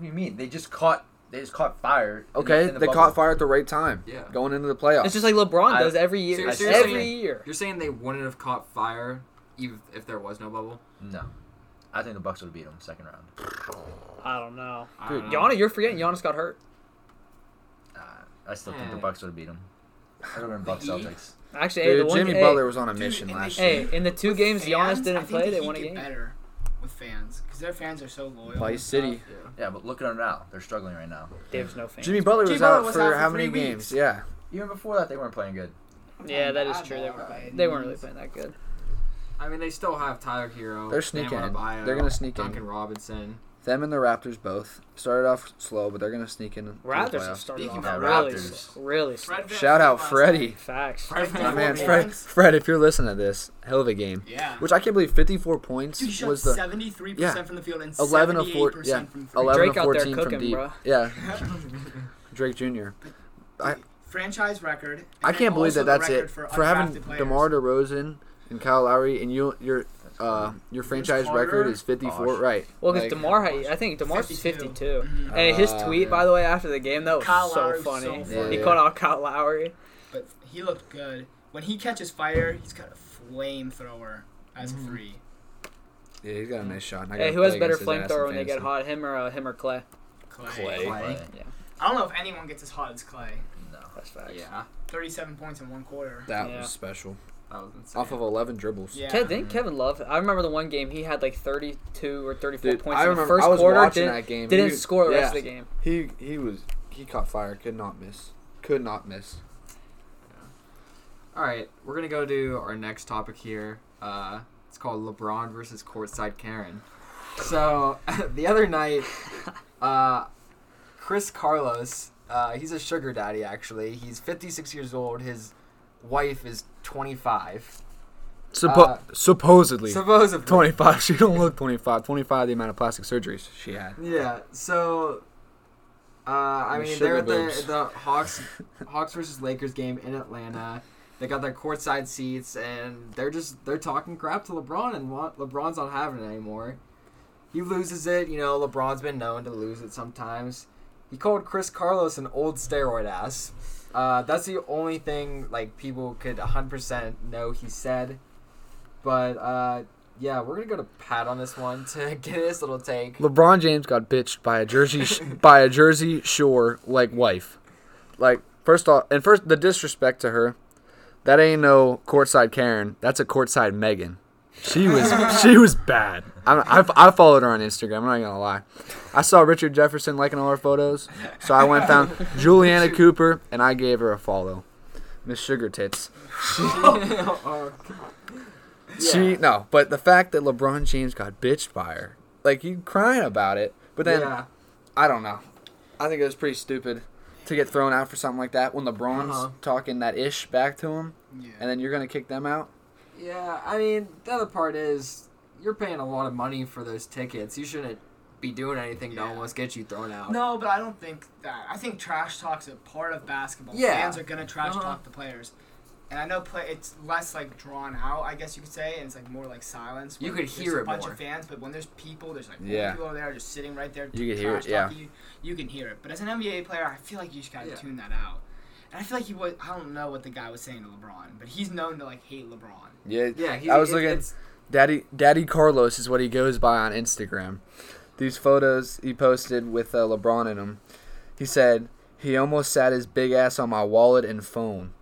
do you mean? They just caught. They just caught fire. in the- okay in the they bubble. caught fire at the right time Yeah. going into the playoffs It's just like LeBron I- does every year. Seriously? every year. You're saying they wouldn't have caught fire even if there was no bubble? No, I think the Bucks would have beat them second round. I don't know. I Dude, don't know. Giannis, you're forgetting Giannis got hurt. Uh, I still think the Eh. Yeah. Bucks would have beat them. I would have been Bucks Celtics. Actually, hey, the Dude, one Jimmy hey, Butler was on a Dude, mission and they- last year. Hey, in the two With games fans, Giannis I didn't think play, the they Heat won a get game. Better with fans because their fans are so loyal. and Vice stuff. City. Yeah. Yeah, but look at them now. They're struggling right now. There's no fans. Jimmy Butler Jimmy was Butler out was for out for how many three games? weeks. Yeah. Even before that, they weren't playing good. yeah, that is Bad true. They ball, weren't, right? they weren't really playing that good. I mean, they still have Tyler Hero. They're sneaking Bam in. Adebayo, They're gonna sneak in. Duncan Robinson. Them and the Raptors both started off slow, but they're gonna sneak in. to the Raptors have playoffs. started Speaking off of really, Raptors. slow- really slow. Fred Van Shout out Fleet last Freddie. night. Facts. Fred My Van man, Fleet. Fred. Fred, if you're listening to this, hell of a game. Yeah. Which I can't believe, 54 points Dude, he shot was the 73% yeah. from the field and 11 11 of 4 yeah, from free. 11 Drake of out there 14 from cooking, deep. bruh. Yeah, Drake Jr. Franchise record. and I then can't believe also that the that's record it for for having undrafted players. DeMar DeRozan and Kyle Lowry, and you your uh your franchise Carter. record is 54 Oh, Gosh. right. Well, because Like, Demar, had- I think Demar's 52. 52. Mm-hmm. Hey, his Uh, tweet yeah. by the way after the game that was Kyle so Lowry was so funny. funny. He Yeah. called out Kyle Lowry. But he looked good. When he catches fire, he's got a flamethrower as a Mm. free. yeah, he's got a nice shot. and I Hey, gotta who has play better against his ass in flamethrower when they get fantasy. hot, him or uh, him or Clay? Clay. Clay. Clay. But I don't know if anyone gets as hot as Clay. No. That's facts. Yeah, 37 points in one quarter. That Yeah. was special. that was insane. Off of 11 dribbles. Yeah. Kev, didn't Kevin Love? I remember the one game he had like 32 or 34 Dude, points I in the remember- first I was quarter. watching Didn't, that game. didn't He- score the rest yeah. of the game. He he was he caught fire. Could not miss. Could not miss. All right, we're gonna go to our next topic here. Uh, it's called LeBron versus courtside Karen. So the other night, uh, Chris Carlos, uh, he's a sugar daddy. Actually, he's 56 years old. His wife is 25, Suppo- supposedly. supposedly. 25. She don't look 25. 25 the amount of plastic surgeries she had. Yeah. So, uh, I The mean, sugar they're at the, boobs. the Hawks, Hawks versus Lakers game in Atlanta. They got their courtside seats, and they're just they're talking crap to LeBron, and want, LeBron's not having it anymore. He loses it. You know, LeBron's been known to lose it sometimes. He called Chris Carlos an old steroid ass. Uh, that's the only thing like people could 100% know he said. But uh, yeah, we're gonna go to Pat on this one to get his little take. LeBron James got bitched by a Jersey sh- by a Jersey Shore like wife. Like first off, and first the disrespect to her. That ain't no courtside Karen. That's a courtside Megan. She was she was bad. I, I, I followed her on Instagram. I'm not gonna lie. I saw Richard Jefferson liking all her photos, so I went and found Juliana Cooper and I gave her a follow. Miss Sugar Tits. Oh, She no, but the fact that LeBron James got bitched by her, like you crying about it, but then yeah. I don't know. I think it was pretty stupid to get thrown out for something like that when LeBron's Uh-huh. talking that ish back to him, Yeah. and then you're gonna kick them out. Yeah, I mean, the other part is you're paying a lot of money for those tickets. You shouldn't be doing anything to Yeah. almost get you thrown out. No, but I don't think that. I think trash talk's a part of basketball. Yeah. Fans are gonna trash Uh-huh. talk the players, and I know play it's less like drawn out, I guess you could say, and it's like more like silence. You when could there's hear a it bunch more. of fans, but when there's people, there's like Yeah. yeah. people over there just sitting right there. You could hear it, trash yeah. talking, You, you can hear it, but as an NBA player, I feel like you just gotta Yeah. tune that out. And I feel like he was. I don't know what the guy was saying to LeBron, but he's known to like hate LeBron. Yeah, Yeah, he, I was it- looking. it's- Daddy Daddy Carlos is what he goes by on Instagram. These photos he posted with uh, LeBron in them. He said he almost sat his big ass on my wallet and phone.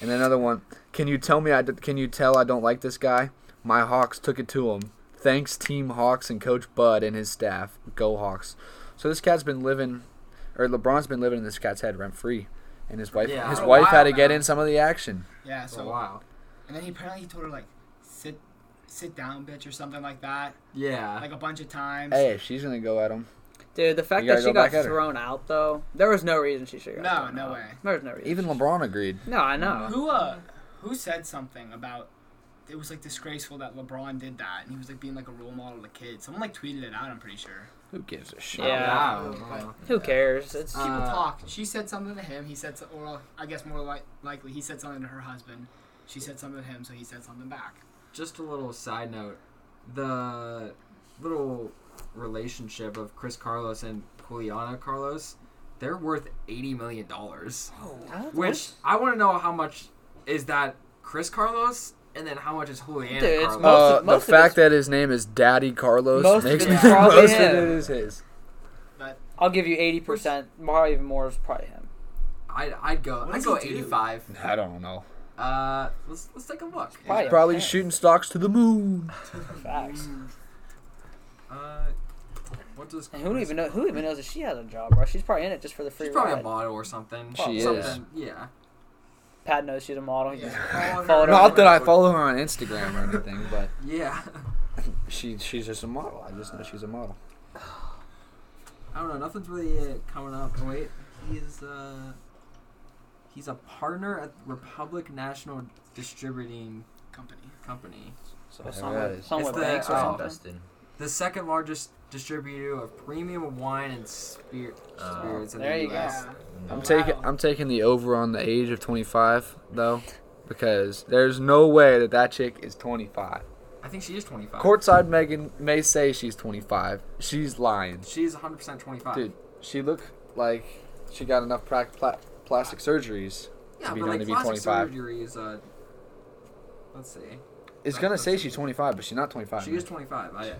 And another one. Can you tell me? I d- can you tell I don't like this guy? My Hawks took it to him. Thanks, Team Hawks and Coach Bud and his staff. Go Hawks. So this cat's been living, or LeBron's been living in this cat's head rent free, and his wife. Yeah, his for a wife had while to get now. in some of the action. Yeah. for a So while. and then he apparently he told her like sit sit down, bitch, or something like that, Yeah. like a bunch of times. Hey, if she's gonna go at him. Dude, the fact You gotta that go she got back at her. thrown out though, there was no reason she should. have got No, thrown no out. way. There was no reason. Even LeBron agreed. no, I know. Who uh who said something about it was like disgraceful that LeBron did that and he was like being like a role model to kids. Someone like tweeted it out, I'm pretty sure. Who gives a shit? Yeah. Wow. But- Who cares? It's Uh, People talk. She said something to him, he said so, or I guess more li- likely he said something to her husband. She said something to him, so he said something back. Just a little side note. The little relationship of Chris Carlos and Juliana Carlos, they're worth $80 million. Which I want to know how much is that Chris Carlos and then how much is Juliana Dude, it's Carlos? mo- Most Uh, of- most the of fact it's- that his name is Daddy Carlos Most of makes it's me think probably most of it him. is his. But I'll give you 80 percent, more even more is probably him. I'd, I'd go, What I'd does go he do? 85. I don't know. Uh, let's, let's take a look. Probably He's a probably fan. shooting stocks to the moon. Facts. Uh, what does And who even know? Who even knows that she has a job, bro? She's probably in it just for the free She's probably ride. a model or something. She something. is. Yeah. Pat knows she's a model. He just yeah. followed her Not around. that I follow her on Instagram or anything, but Yeah. she she's just a model. I just know she's a model. I don't know. Nothing's really uh, coming up. Oh, wait, he's uh, he's a partner at Republic National Distributing company. Company, So Or whatever that someone, is. someone It's the- banks or oh. something. Invested. the second largest distributor of premium wine and spir- Oh. spirits in There the you go. U.S. I'm Wow. taking I'm taking the over on the age of 25 though, because there's no way that that chick is 25. I think she is 25. Courtside Megan may say she's 25. She's lying. She's 100 percent 25. Dude, she looked like she got enough pra- pla- plastic surgeries. yeah, to be but done like to be plastic 25. surgery is uh, let's see, It's gonna say she's 25, but she's not 25. she is 25. I.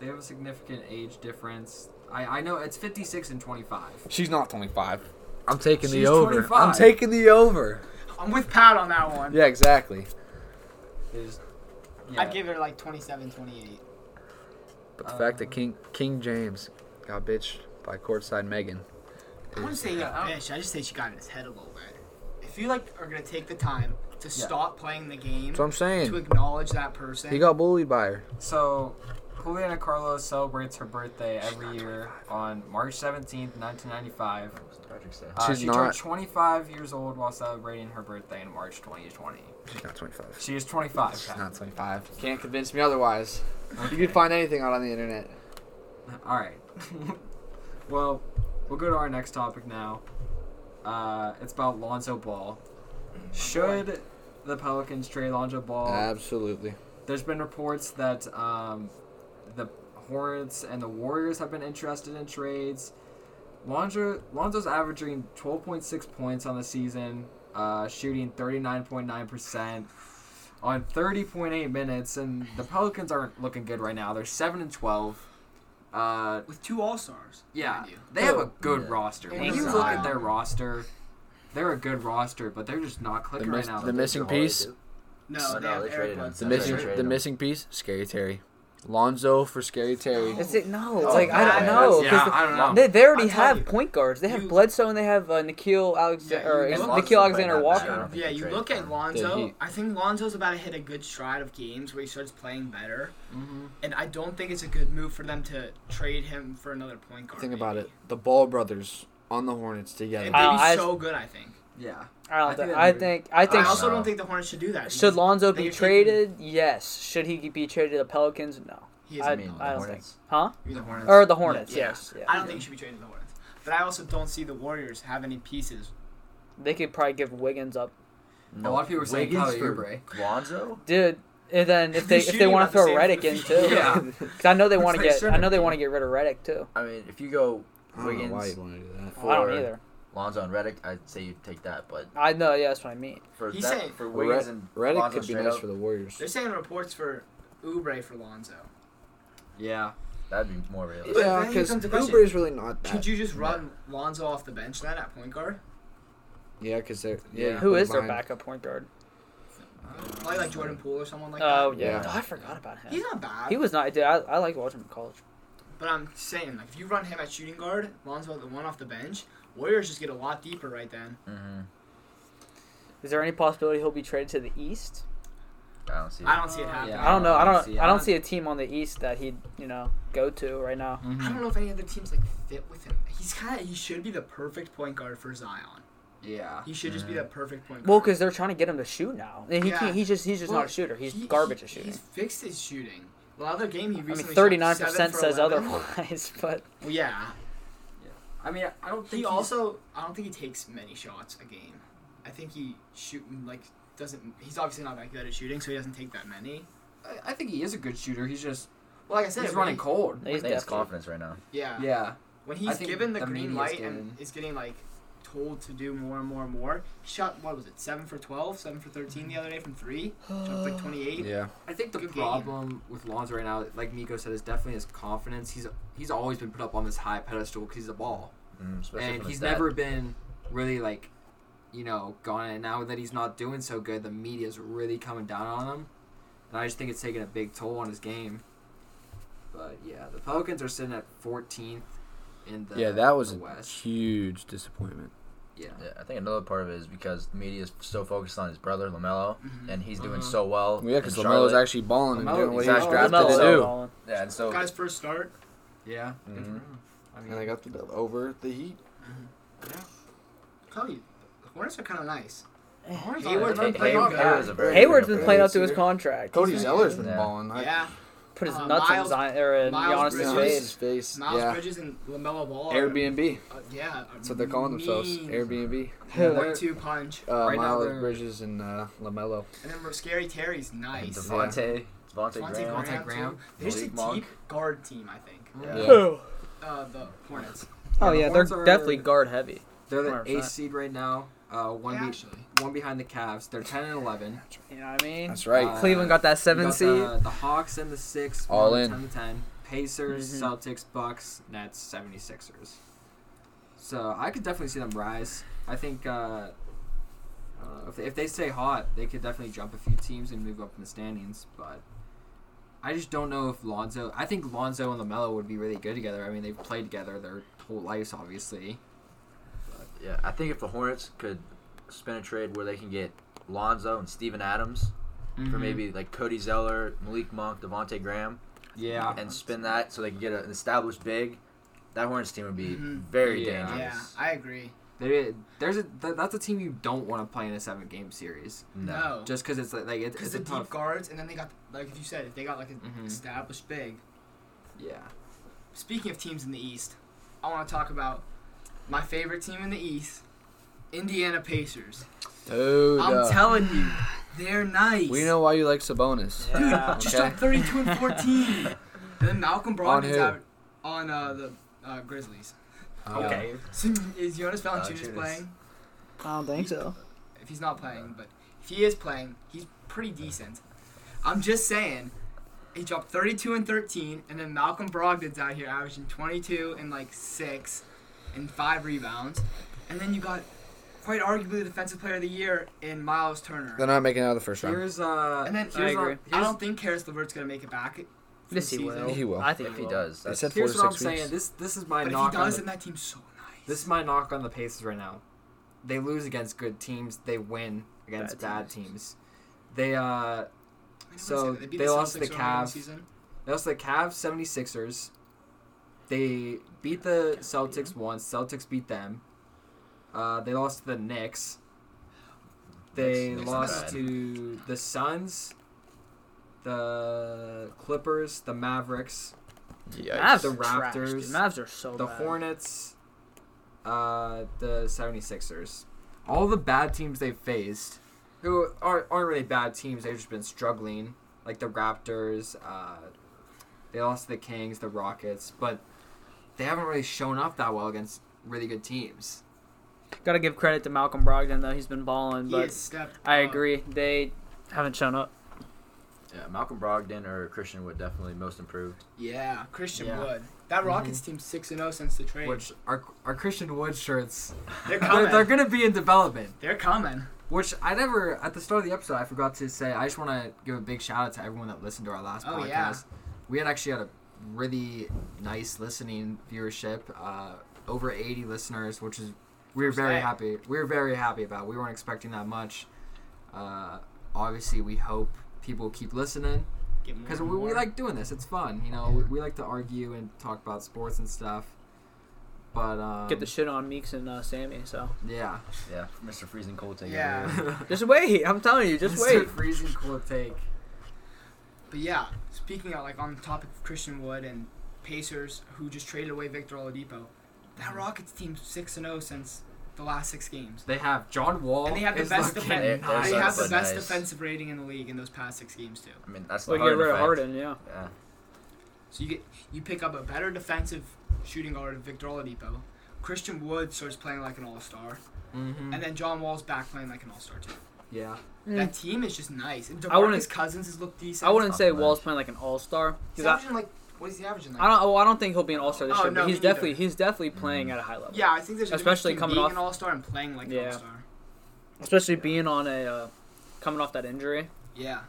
They have a significant age difference. I, I know it's 56 and 25. She's not 25. I'm taking the She's over. 25. I'm taking the over. I'm with Pat on that one. Yeah, exactly. They just- I'd give her like 27, 28. But the fact that King King James got bitched by courtside Megan. I wouldn't say yeah, I don't- bitch. I just say she got in his head a little bit. If you like are gonna take the time to stop playing the game That's what I'm to saying. acknowledge that person, He got bullied by her. So, Juliana Carlos celebrates her birthday every year on March 17th, 1995. Patrick's there. Uh, She's she not- turned 25 years old while celebrating her birthday in March 2020. She's not 25. She is 25. She's Pat. not 25. Can't convince me otherwise. You can find anything out on the internet. All right. well, we'll go to our next topic now. Uh, it's about Lonzo Ball. Should the Pelicans trade Lonzo Ball? Uh, Absolutely. There's been reports that um, the Hornets and the Warriors have been interested in trades. Lonzo Lonzo's averaging 12.6 points on the season, uh, shooting 39.9% on 30.8 minutes, and the Pelicans aren't looking good right now. They're seven and 12. Uh, with two all stars. yeah, they have Oh, a good Yeah. roster. When Thank you you. look at their roster, they're a good roster, but they're just not The, clicking miss, right now. the missing piece. No, No, they no, have they Eric traded Bledsoe. The him. missing. Trade The him. missing piece. Scary Terry. Lonzo for Scary Terry. It's it, no. It's Oh, like I don't yeah, know. 'cause yeah, the- I don't know. They, they already I'll tell have you. point guards. They have You- Bledsoe and they have uh, Nikhil Alexander, Yeah, or you- is and it Lonzo Nikhil played Alexander that Walker. bad. I don't think Yeah, they you traded look for at him. Lonzo. Did he- I think Lonzo's about to hit a good stride of games where he starts playing better, Mm-hmm. Mhm. and I don't think it's a good move for them to trade him for another point guard. Think about maybe. it. The Ball brothers on the Hornets together. It'd I- be I- so good, I think. Yeah. I, I don't think thi- that'd I be- think I think I also so. don't think the Hornets should do that. should Lonzo Then be you're taking- traded? Yes. Should he be traded to the Pelicans? No. He is I, I mean, I the don't Hornets. think. Huh? the Hornets. Or the Hornets? Yeah. Yes. Yeah. I don't think he should be traded to the Hornets. But I also don't see the Warriors have any pieces. They could probably give Wiggins up, A lot of people were saying Wiggins Kelly for Oubre. Lonzo. dude. And then They're if they if they shooting want about the to throw same for Reddick the in too, season. Yeah. because I know they want to They get I shouldn't know they be. want to get rid of Reddick too. I mean, if you go I don't know why you Wiggins, want to do that. I For- don't either. Lonzo, and Reddick, I'd say you take that. But I know. Yeah, that's what I mean. for He's that, saying- for Wiggins Red, and Reddick Lonzo could be straight nice up, for the Warriors. They're saying reports for Oubre for Lonzo. Yeah. that'd be more realistic. But Yeah, then because comes the question. Uber is really not Could that. you just run Lonzo off the bench then at point guard? Yeah, because they're Yeah. yeah. you Who put is their Vine- backup point guard? Probably like Jordan Poole or someone like Oh that. yeah. Yeah. I forgot about He's him. not bad. He was not. Dude, I I liked watching him in college. But I'm saying, like, if you run him at shooting guard, Lonzo the one off the bench, Warriors just get a lot deeper right then. Mm-hmm. Is there any possibility he'll be traded to the East? I don't see. I it. don't see it happening. Yeah. I don't know. I I don't don't. see- I I don't don't- see a team on the East that he'd you know go to right now. I don't know if any other teams like fit with him. He's kind of he should be the perfect point guard for Zion. Yeah. He should just be the perfect point guard. Mm. Well, because they're trying to get him to shoot now. And he Yeah. can't. He's just. He's just Well, not a shooter. He's He- garbage he- at shooting. He's fixed his shooting. The other game he I mean, recently shot thirty nine seven percent for says 11. otherwise, but Well, yeah, I mean, I don't think he he's- also I don't think he takes many shots a game. I think he shooting like doesn't. He's obviously not that good at shooting, so he doesn't take that many. I, I think he is a good shooter. He's just Well, like I said, he's when running he- cold. I he's think it's definitely. confidence right now. Yeah, Yeah. When I he's think given the, the green media's light given- and is getting like told to do more and more and more, he shot what was it, seven for 12, 7 for thirteen the other day from three, jumped like twenty eight. Yeah, I think the Good game. problem with Lonzo right now, like Nico said, is definitely his confidence. He's he's always been put up on this high pedestal because he's a ball, Mm, especially and from he's his dad. never been really like, you know, gone. And now that he's not doing so good, the media's really coming down on him, and I just think it's taking a big toll on his game. But yeah, the Pelicans are sitting at 14th in the yeah, that was the a West. huge disappointment. Yeah, Yeah, I think another part of it is because the media is so focused on his brother Lamelo, and he's doing Mhm. so well. Yeah, because in Lamelo's Charlotte. actually balling and LaMelo- doing what he was exactly. drafted LaMelo. to do. LaMelo. Yeah, and so Got his first start. yeah. Good for Mhm. him. I mean, And they got the, over the Heat. Tell you, the Hornets are kind of nice. Hornets aren't- Hayward- Hey- they're not Hayward bad. is a very Hayward's good been Yeah, playing yeah, up to his yeah. contract. Cody He's Zeller's been Yeah. balling. I- Yeah, Put his Uh, nuts Miles- in Zion or in Miles Giannis's Yeah, Bridges. it's face. his face. Miles Yeah, Bridges and Lamelo Ball. are- Airbnb. Uh, yeah, That's what they're calling themselves. Airbnb. Yeah, they're- One two punch, Uh, Right now they're- Miles Bridges and uh, Lamelo. and then Scary Terry's And nice. Devontae, Devontae, Devontae Graham. Graham. Graham. too. They're just Malik a Monk. deep guard team, I think. Yeah. Yeah. Oh, Uh, the Hornets. Yeah, the yeah, they're Hornets are- definitely guard heavy. They're the 100%. eighth seed right now. Uh, one Yeah, be- actually. one behind the Cavs. They're ten and eleven. You know what I mean? That's right. Uh, Cleveland got that You seven got seed. The, the Hawks and the six. All one in. Ten to ten. Pacers, Mhm. Celtics, Bucks, Nets, 76ers. So I could definitely see them rise. I think uh, I don't know, if, they, if they stay hot, they could definitely jump a few teams and move up in the standings. But I just don't know if Lonzo. I think Lonzo and Lamelo would be really good together. I mean, they've played together their whole lives, obviously. Yeah, I think if the Hornets could spin a trade where they can get Lonzo and Steven Adams Mm-hmm. Mm-hmm. for maybe like Cody Zeller, Malik Monk, Devontae Graham, Yeah. and spin that so they can get a- an established big, that Hornets team would be very Yeah. Mm-hmm. Yeah, dangerous. I agree. They, there's a th- that's a team you don't want to play in a seven game series No. No, just because it's like, like it, it's because the a deep tough guards, and then they got like if you said if they got like an Mhm. established big. yeah Speaking of teams in the East, I want to talk about my favorite team in the East, Indiana Pacers. Dude, I'm uh, telling you, they're nice. we know why you like Sabonis. Dude, Yeah. just Okay. dropped 32 and 14. and then Malcolm Brogdon's who? out on uh, the uh, Grizzlies. Uh, okay So is Jonas Valanciunas Valanciunas. playing? I don't think so. If he's not playing, but if he is playing, he's pretty decent. I'm just saying, he dropped 32 and 13, and then Malcolm Brogdon's out here averaging 22 and like six and five rebounds, and then you got quite arguably the defensive player of the year in Miles Turner. They're not making it out of the first round. here's uh and then I here's- agree. I don't think Karis LeVert's gonna make it back. for the Yes, he season. will. He will. I think If he does, They that's, said four here's to what I'm six saying. weeks. This this is my But if he knock. does, on then the, that team's so nice. this is my knock on the Pacers right now. They lose against good teams. They win against bad Bad teams. They uh I know so it's- beat they lost to Celtics the early in Cavs. season. they also the Cavs 76ers. They beat the Celtics once. Celtics beat them. Uh, they lost to the Knicks. They Knicks- Knicks are lost bad. to the Suns, the Clippers, the Mavericks, Mavs The are trash, dude. Raptors, Mavs are so the bad. Hornets, uh, the 76ers. All the bad teams they've faced, who aren't, aren't really bad teams, they've just been struggling. Like the Raptors, uh, they lost to the Kings, the Rockets, but they haven't really shown up that well against really good teams. Gotta give credit to Malcolm Brogdon though. He's been balling, He but has stepped I up. agree they haven't shown up. yeah, Malcolm Brogdon or Christian would definitely most improved. Yeah, Christian Yeah. Mm-hmm. Wood. That Rockets team's six and zero since the trade. Which our, our Christian Wood shirts, they're they're, coming. they're They're, going to be in development. coming. Which I never at the start of the episode I forgot to say I just want to give a big shout out to everyone that listened to our last Oh, podcast. yeah. We had actually had a really nice listening viewership, uh, over 80 listeners, which is we were very Hey. happy. We were very happy about. We weren't expecting that much. Uh, obviously, we hope people keep listening Get more because and we, we more. like doing this. It's fun, you know. We, we like to argue and talk about sports and stuff. But um, Get the shit on Meeks and uh, Sammy. So yeah. Yeah, Mr. Freezing Cold take Yeah. over. just wait. I'm telling you, just Mr. wait. Freezing cold take. But yeah, speaking of like on the topic of Christian Wood and Pacers, who just traded away Victor Oladipo, that Rockets team's six and zero since the last six games. They have John Wall. And they have the is best looking defense. They're- nice. They so have the nice. best defensive rating in the league in those past six games too. I mean, that's Well, the get rid of Harden Harden. Yeah. effect. Yeah. So you get you pick up a better defensive shooting guard, Victor Oladipo. Christian Wood starts playing like an all star, Mhm. Mm-hmm. and then John Wall's back playing like an all star too. Yeah. That team is just nice. And I wouldn't- DeMarcus Cousins has looked decent. I wouldn't Tough say match. Wall's playing like an all star. He's I, averaging like what is he averaging like? I don't. Well, I don't think he'll be an all star this Oh, year. no, but he's me neither. definitely he's definitely playing at a high level. yeah, I think there's a Especially difference coming between being off- an all star and playing like an Yeah. all star. Especially being on a uh, coming off that injury, Yeah,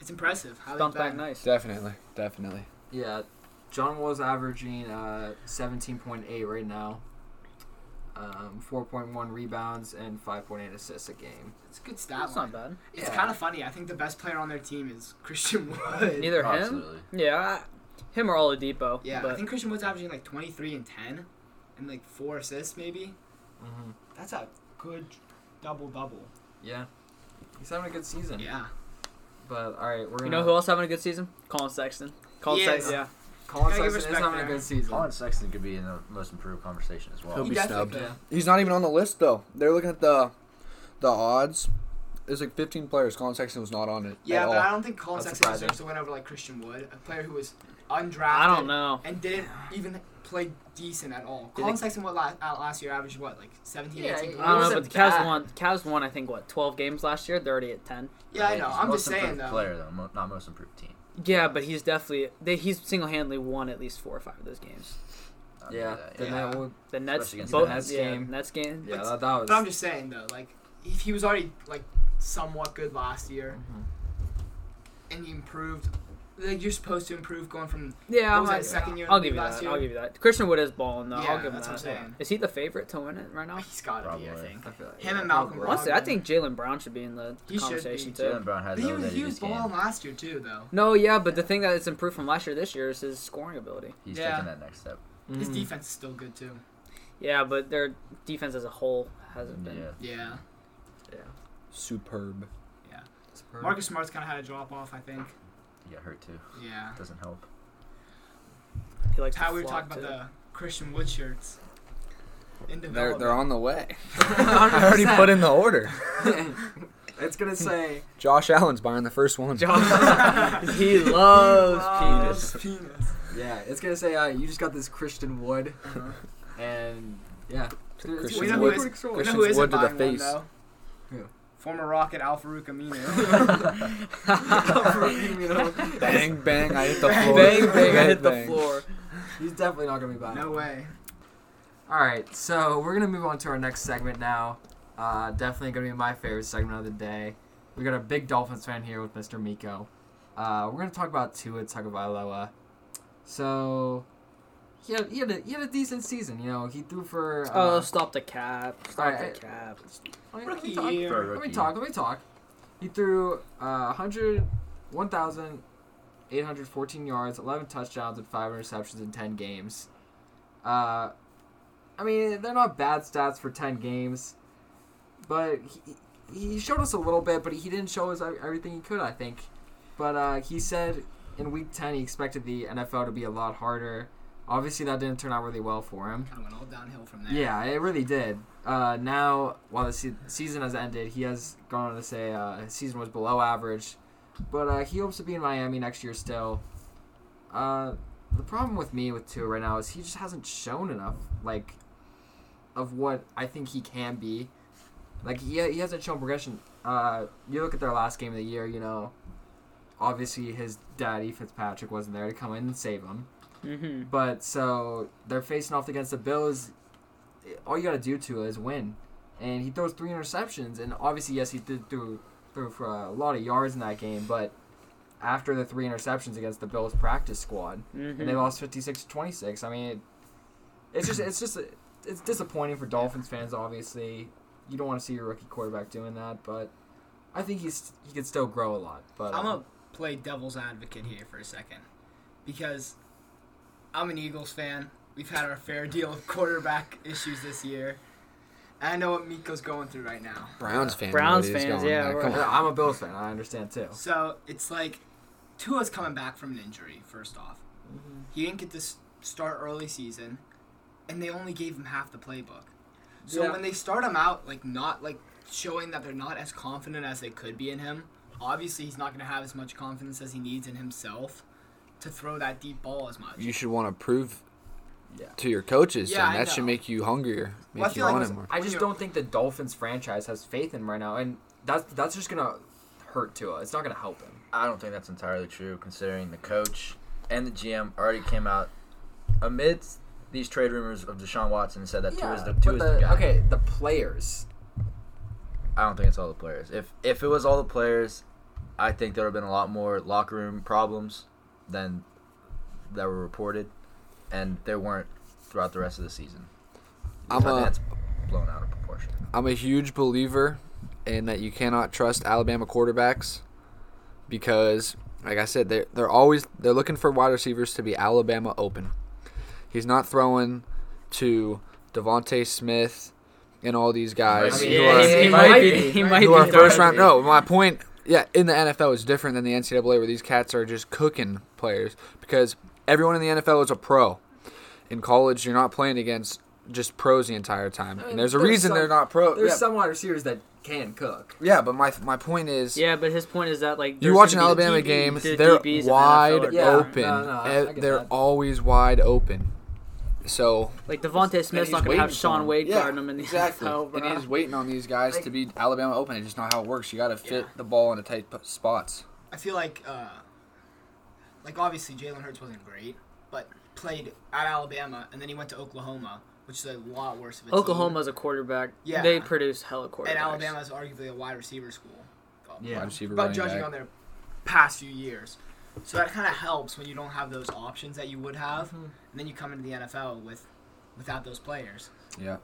it's impressive. How bounce they back back nice. Definitely, definitely. Yeah. John Wall's averaging uh, 17.8 right now. Um, 4.1 rebounds and 5.8 assists a game. It's a good stat. That's line. not bad. It's Yeah. kind of funny. I think the best player on their team is Christian Wood. Neither him. Absolutely. Yeah. I, him or Oladipo. Yeah, I But think Christian Wood's averaging like 23 and 10, and like four assists maybe. hmm That's a good double double. Yeah. He's having a good season. Yeah. But all right, we're you gonna. know who else having a good season? Colin Sexton. Colin He Sexton. is. Yeah. Colin Gotta give Sexton is respect having a there. good season. Colin Sexton could be in the most improved conversation as well. He'll He be definitely snubbed. could. Yeah. He's not even on the list though. They're looking at the the odds. There's like 15 players. Colin Sexton was not on it Yeah, at but all. I don't think Colin That's Sexton surprising. deserves to win over like Christian Wood, a player who was undrafted. I don't know. and didn't even play decent at all. Did Colin it- Sexton what last, out last year averaged what like 17, Yeah, 18 he- I don't points. know, wasn't but the Cavs bad. won. Cavs won, I think, what twelve games last year. They're already at ten. Yeah, I know. He's I'm most just saying improved though. Player though, mo- not most improved team. Yeah, but he's definitely they, he's single handedly won at least four or five of those games. I'll do Yeah, that, then yeah. that would. The Nets, Especially against both, the Nets yeah, game. Nets game. Yeah, But- that, that was. But I'm just saying though, like if he was already like somewhat good last Mm-hmm. year, and he improved, like you're supposed to improve going from Yeah, what I'll, was that, I'll- second year I'll in the give you league last that. year? I'll give you that. Christian Wood is balling though. I'll Yeah, give him that's that. what I'm saying. Is he the favorite to win it right now? oh, he's got to be. I Probably. think I feel like, him yeah, and Malcolm probably. Brogdon. Honestly, I think Jalen Brown should be in the He should conversation be. too. Jalen Brown had But he that was he was game. balling last year too though. No, yeah, but the thing that is improved from last year this year is his scoring ability. He's Yeah. taking that next step. His Mm. Mhm. defense is still good too. Yeah, but their defense as a whole hasn't been. Yeah. Yeah, Superb. It's perfect. Marcus Smart's kind of had a drop off. I think. He got hurt too. Yeah. Doesn't help. He likes How to we were flop, talking about too. the Christian Wood shirts. In They're they're on the way. 100%. I already put in the order. it's gonna say Josh Allen's buying the first one. he loves penis. Loves Oh, penis. yeah, it's gonna say uh, you just got this Christian Wood, Uh-huh. and yeah, it's, it's- Christian it's a Wood. pretty cool. Christian- You know who Christian's isn't wood to the buying one, face. though? Who? Former Rocket Al Farouk Aminu. You know, bang bang! I hit the floor. Bang bang! I hit the floor. he's definitely not gonna be buying. no way. All right, so we're gonna move on to our next segment now. Uh, definitely gonna be my favorite segment of the day. We got a big Dolphins fan here with Mr. Miko. Uh, we're gonna talk about Tua Tagovailoa. So he had, he had a he had a decent season. You know, he threw for. Oh, Uh, stop the cap! Stop Alright. the cap! let me- let me Rookie talk. For a year. Let rookie. me talk. Let me talk. He threw uh, 100, 1,814 yards, 11 touchdowns, and 5 interceptions in 10 games. Uh, I mean, they're not bad stats for 10 games, but he, he showed us a little bit, but he didn't show us ev- everything he could, I think. But uh, he said in week 10 he expected the NFL to be a lot harder. Obviously, that didn't turn out really well for him. Kind of went all downhill from there. Yeah, it really did. Uh, now, while the se- season has ended, he has gone on to say uh, his season was below average, but uh, he hopes to be in Miami next year still. Uh, the problem with me with Tua right now is he just hasn't shown enough, like, of what I think he can be. Like, he, he hasn't shown progression. Uh, you look at their last game of the year, you know, obviously his daddy, Fitzpatrick, wasn't there to come in and save him. Mm-hmm. But so they're facing off against the Bills. All you got to do to is win. And he throws three interceptions. And obviously, yes, he did throw, throw for a lot of yards in that game. But after the three interceptions against the Bills practice squad, and they Mm-hmm. lost 56 26. I mean, it, it's just, it's just, it's disappointing for Dolphins fans, obviously. You don't want to see your rookie quarterback doing that. But I think he's, he could still grow a lot. But I'm uh, gonna play devil's advocate here for a second, because I'm an Eagles fan. We've had our fair deal of quarterback issues this year. And I know what Miko's going through right now. Browns fans. Browns fans, yeah, we're- Come on. uh, I'm a Bills fan. I understand too. So it's like Tua's coming back from an injury. First off, Mm-hmm. he didn't get to s- start early season, and they only gave him half the playbook. So Yeah. when they start him out, like not like showing that they're not as confident as they could be in him. Obviously, he's not going to have as much confidence as he needs in himself to throw that deep ball as much. You should want to prove Yeah. to your coaches, Yeah, yeah, I that should know. make you hungrier, make Well, I you feel like want it's- it more. I just don't think the Dolphins franchise has faith in him right now, and that's that's just gonna hurt Tua. It's not gonna help him. I don't think that's entirely true, considering the coach and the GM already came out amidst these trade rumors of Deshaun Watson and said that two is the two but is the, the guy. okay, the players. I don't think it's all the players. If if it was all the players, I think there would have been a lot more locker room problems than that were reported, and there weren't throughout the rest of the season. I'm I think a- that's blown out of proportion. I'm a huge believer in that you cannot trust Alabama quarterbacks because, like I said, they're they're always they're looking for wide receivers to be Alabama open. He's not throwing to Devonte Smith and all these guys. I mean, who yeah, are- he's- he, he might might be. be. He might be. who are first third. round. No, my point. Yeah, in the NFL is different than the NCAA, where these cats are just cooking players because everyone in the NFL is a pro. In college, you're not playing against just pros the entire time, and there's a There's reason some- they're not pro. There's yeah, some wide receivers that can cook. yeah, but my my point is, Yeah, but his point is that like you there's watch an gonna be Alabama DBs game, the they're DBs in the NFL wide are Yeah. better. open. No, no, I- Eh, I get they're that. always wide open. So Like Devontae Smith's he's not gonna have waiting for Sean him. Wade Yeah, guarding him in the exactly. NFL, and bruh. he's waiting on these guys to be Alabama open. It's just not how it works. You got to fit the ball into tight p- spots. I feel like uh, like obviously Jalen Hurts wasn't great, but played at Alabama and then he went to Oklahoma, which is a lot worse of a team. Oklahoma's a quarterback. Yeah. They produce hella quarterbacks. and Alabama is arguably a wide receiver school. Yeah. Wide receiver, But running judging back. on their past few years. So that kind of helps when you don't have those options that you would have, and then you come into the NFL with without those players. yeah.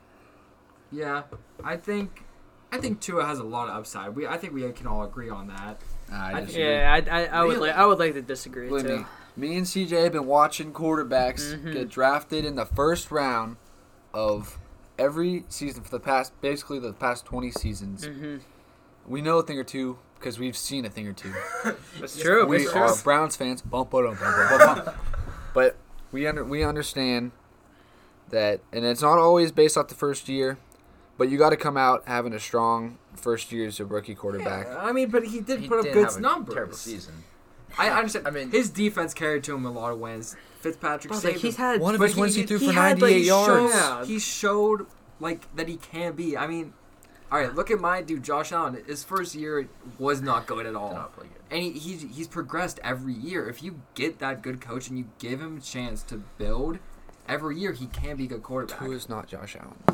Yeah, I think I think Tua has a lot of upside. We I think we can all agree on that. I I just, Yeah, I, I, I would Really? like I would like to disagree believe too. me, me and CJ have been watching quarterbacks Mhm. get drafted in the first round of every season for the past, basically the past 20 seasons. Mm-hmm. We know a thing or two because we've seen a thing or two. That's true. we that's are true. Browns fans. Bum, ba, dum, bum, bum, bum, bum. but we under, we understand that, and it's not always based off the first year. But you got to come out having a strong first year as a rookie quarterback. Yeah, I mean, but he did He put up didn't good have a Terrible numbers. season. I understand. I I mean- mean, his defense carried to him a lot of wins. Fitzpatrick Bro, saved like, he's him. had One of But his wins he, threw for had, 98 like, yards. uh, showed- he showed like that he can be. I mean, all right, look at my dude, Josh Allen. His first year was not good at Did all. not play good. and he, he's he's progressed every year. If you get that good coach and you give him a chance to build, every year he can be a good quarterback. Who is not Josh Allen?